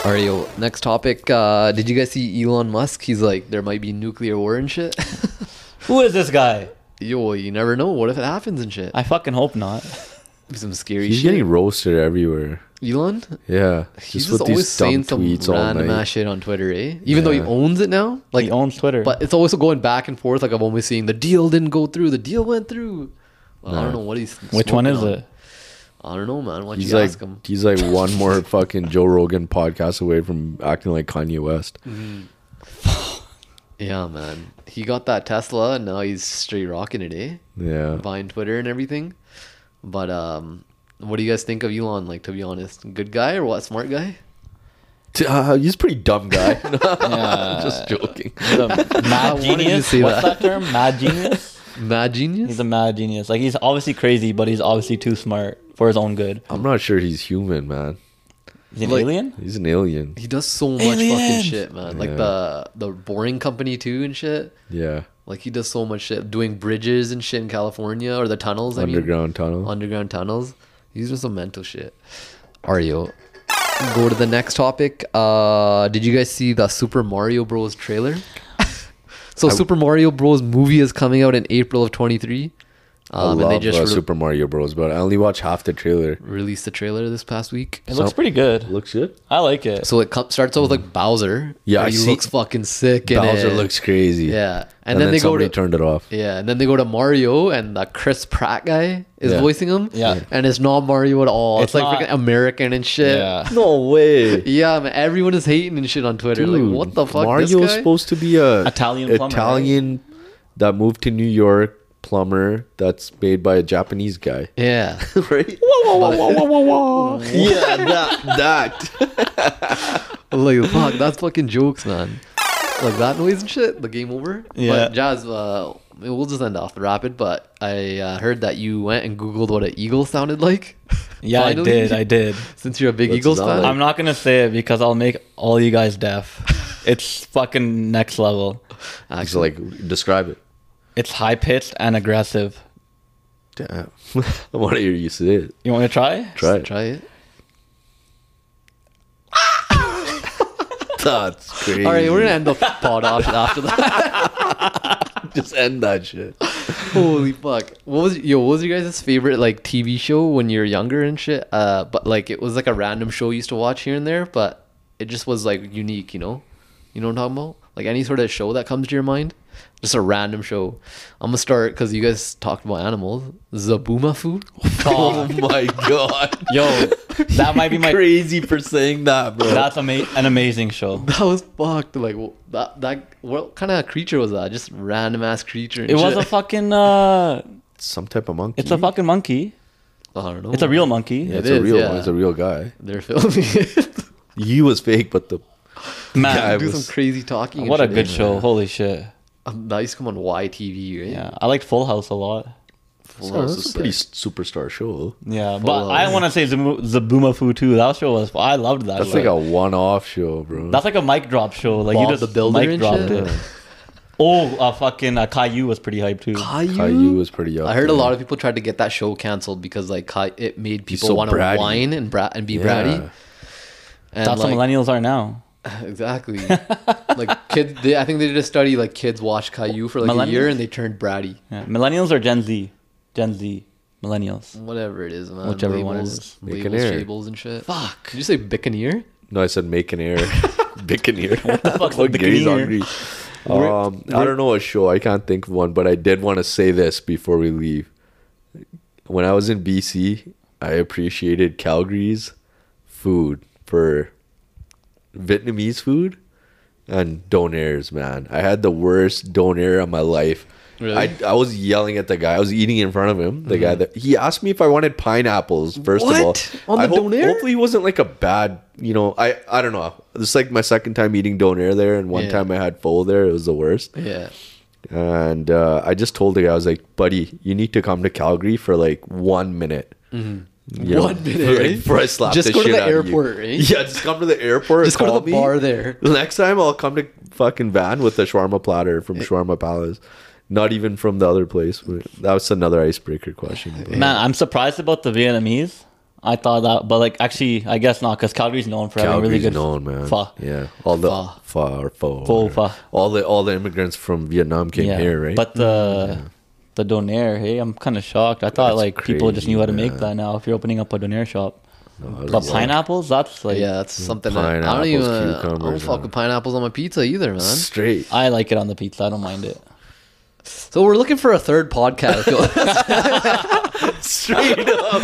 All right, yo. Next topic. Uh, did you guys see Elon Musk? He's like, there might be nuclear war and shit. Who is this guy? yo, you never know. What if it happens and shit? I fucking hope not. Some scary He's shit. getting roasted everywhere. Elon? Yeah, He's just always saying some random ass shit on Twitter, eh? Even though he Yeah. owns it now. Like, He owns Twitter. but it's always going back and forth. Like, I've always seen the deal didn't go through, the deal went through. I don't know what he's. Which smoking one is on. it? I don't know, man. Why don't He's you ask like him? he's like one more fucking Joe Rogan podcast away from acting like Kanye West. Yeah, man. He got that Tesla and now he's straight rocking it, eh? Yeah, Buying Twitter and everything. But, um, what do you guys think of Elon? Like, to be honest, good guy or what? Smart guy? T- uh, he's a pretty dumb guy. Just joking. The mad wanted you to genius. say What's that. that term? Mad genius. Mad genius? He's a mad genius. Like he's obviously crazy, but he's obviously too smart for his own good. I'm not sure he's human, man. He's an Like- alien. He's an alien. he does so much fucking Aliens! shit, man. Like Yeah. the the Boring Company too and shit. Yeah, Like he does so much shit, doing bridges and shit in California or the tunnels. I underground mean, tunnel. underground tunnels. He's doing some mental shit. Are you? Go to the next topic. Uh, did you guys see the Super Mario Bros. trailer? so Super Mario Bros. movie is coming out in April of 23. I Um, and they love just uh, re- Super Mario Bros, but I only watch half the trailer. released the trailer this past week. It looks pretty good. Looks good. I like it. So it co- starts out with like Bowser. Yeah, where I he see- looks fucking sick. in Bowser it. looks crazy. Yeah, and, then, they go somebody to turned it off. Yeah, and then they go to Mario, and the Chris Pratt guy is Yeah. voicing him. Yeah. and it's not Mario at all. It's, It's like not- freaking American and shit. Yeah. No way. Yeah, man, everyone is hating and shit on Twitter. Dude, like, what the fuck? Mario's this guy? supposed to be a Italian plumber, Italian that moved to New York, plumber that's made by a Japanese guy. Yeah. right? yeah, that that. I'm like, fuck, that's fucking jokes, man. Like that noise and shit, the game over. Yeah. But Jazz, uh, we'll just end off the rapid, but I uh, heard that you went and Googled what an eagle sounded like. Yeah, I Finally. did. I did. Since you're a big What's it Eagles sound fan. like? I'm not gonna say it because I'll make all you guys deaf. It's fucking next level. He's like, describe it. It's high pitched and aggressive. Damn. I want to hear you say it. You want me to try? Try it. Try it. That's crazy. All right, we're gonna end the pod off after that. just end that shit. Holy fuck! What was yo? What was your guys' favorite like TV show when you were younger and shit? Uh, but like it was like a random show you used to watch here and there, but it just was like unique, you know? You know what I'm talking about? Like any sort of show that comes to your mind, just a random show. I'm gonna start because you guys talked about animals. Zabumafu. Oh my god. Yo, that might be my. crazy for saying that, bro. That's ama- an amazing show. That was fucked. Like wh- that. That what kind of creature was that? Just random ass creature. And It shit. was a fucking. uh Some type of monkey. It's a fucking monkey. I don't know. It's a real monkey. Yeah, It it's a is, real. yeah. It's a real guy. They're filming it. He was fake, but the Man, Yeah, I do was- some crazy talking. and what a shit. good show! Holy shit. Um, that used to come on YTV, right? Yeah, I liked Full House a lot. Full oh, House that's was a pretty sick. s- superstar show. Yeah, Full but I House. want to say Zabu- Zabumafu too. That show was. I loved that. That's show. like a one-off show, bro. That's like a mic drop show. Like Bob you just the Builder mic and dropped shit? it. Oh, uh, fucking uh, Caillou was pretty hype too. Caillou? Caillou was pretty. Up I heard a there. lot of people tried to get that show canceled because like Cay- it made people so want to bratty. whine and brat and be Yeah. bratty. And That's like, what millennials are now. exactly. like kids, they, I think they did a study like kids watched Caillou for like a year Millennials? and they turned bratty. Yeah. Millennials are Gen Z. Gen Z. Millennials. Whatever it is, man. Whichever one it labels, is. labels, Buccaneer. fables and shit. Fuck. Did you say Buccaneer? No, I said Buccaneer. Buccaneer. What the fuck's a Gary's Buccaneer? hungry. Um, I don't know a show. I can't think of one, but I did want to say this before we leave. When I was in BC, I appreciated Calgary's food for Vietnamese food and donairs, man. I had the worst donair of my life. Really? Mm-hmm. I, I was yelling at the guy. I was eating in front of him. The guy that he asked me if I wanted pineapples. First What? of all, On I the hope- donair? Hopefully, it wasn't like a bad. You know, I I don't know. This is like my second time eating donair there, and one Yeah. time I had pho there. It was the worst. Yeah. And uh, I just told the guy, I was like, buddy, you need to come to Calgary for like one minute. You know, Mm-hmm. One minute, for- eh? Before I slap Just the go to shit the out of you. airport, eh? Yeah, just come to the airport. Just go to call the me. bar there. The Next time I'll come to fucking Van with the shawarma platter Eh. from Shawarma Palace. Not even from the other place. but That was another icebreaker question. but- Man, I'm surprised about the Vietnamese. I thought that, but like actually, I guess not because Calgary's known for having really Calgary's good known, man. pho. Yeah, all the Pho. pho, or pho, Pho, or- pho. All the all the immigrants from Vietnam came Yeah. here, right? Mm, But the the donaire, hey, I'm kind of shocked. I thought That's like people just crazy, knew how to make man. that now. If you're opening up a donaire shop, No, I was but like, mm, pineapples, that's like Yeah, that's something that I don't Pineapples, even. I don't cucumbers, fuck uh, with pineapples on my pizza either, man. straight. I like it on the pizza. I don't mind it. So we're looking for a third podcast. straight up.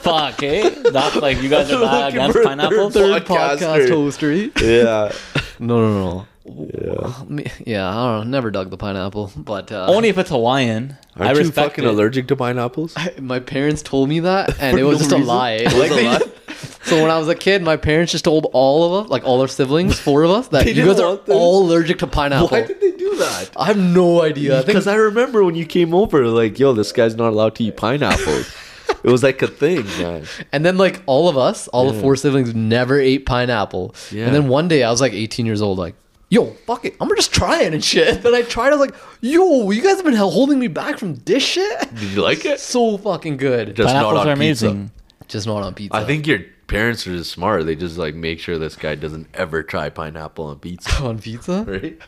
Fuck, eh? That's like you guys are bad Looking against for a pineapples. third podcast Podcaster. hostery. Yeah. No, no, no. Yeah, yeah I don't know. Never dug the pineapple, but uh, Only if it's Hawaiian. I Aren't you respect fucking it. allergic to pineapples? my parents told me that, and For it was no just a reason? lie. It was Like, a they lie? just- so when I was a kid, my parents just told all of us, like all our siblings, four of us, that They you didn't guys are want this? all allergic to pineapple. Why did they do that? I have no idea. I think Because I remember when you came over, like, yo, this guy's not allowed to eat pineapples. it was like a thing, man. And then like all of us, all the four siblings never ate pineapple. Yeah. And then one day I was like 18 years old, like, yo, fuck it. I'm gonna just try it and shit. Then I tried, I was like, yo, you guys have been hel- holding me back from this shit? Did you like it? So fucking good. Just not Pineapples on are pizza. amazing. Just not on pizza. I think your parents are just smart. They just like make sure this guy doesn't ever try pineapple on pizza, on pizza? right?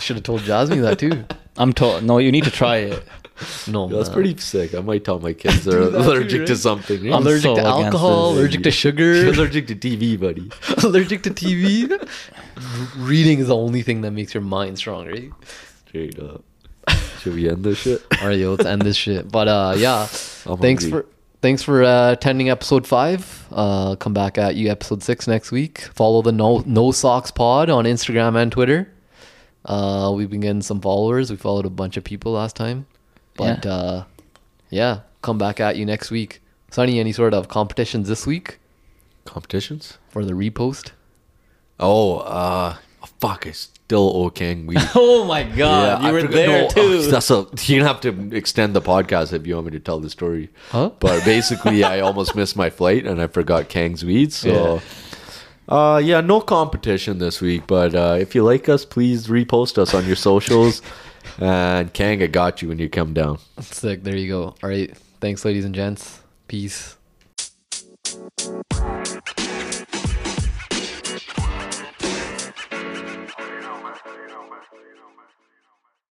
Should have told Jasmine that too. I'm told. No, you need to try it. No. That's man. pretty sick. I might tell my kids they're allergic to something. right? I'm Allergic so to against alcohol, this. allergic to You're sugar, allergic to TV, buddy. allergic to TV. Reading is the only thing that makes your mind strong, right? Straight up. Should we end this shit? All right, yo, let's end this shit. But uh, yeah, I'm thanks hungry. for thanks for uh, attending episode five. Uh, come back at you episode six next week. Follow the No No Socks Pod on Instagram and Twitter. Uh, we've been getting some followers. We followed a bunch of people last time. But uh, yeah, come back at you next week. Sonny, any sort of competitions this week Competitions? for the repost? Oh, uh, fuck! I still owe Kang weed. Oh my god, I you were forgot- there no, too. oh, that's a, you have to extend the podcast if you want me to tell the story. Huh? But basically, I almost missed my flight and I forgot Kang's weed. So, yeah, uh, yeah no competition this week. But uh, if you like us, please repost us on your socials. and Kang, I got you when you come down. Sick. There you go. All right. Thanks, ladies and gents. Peace.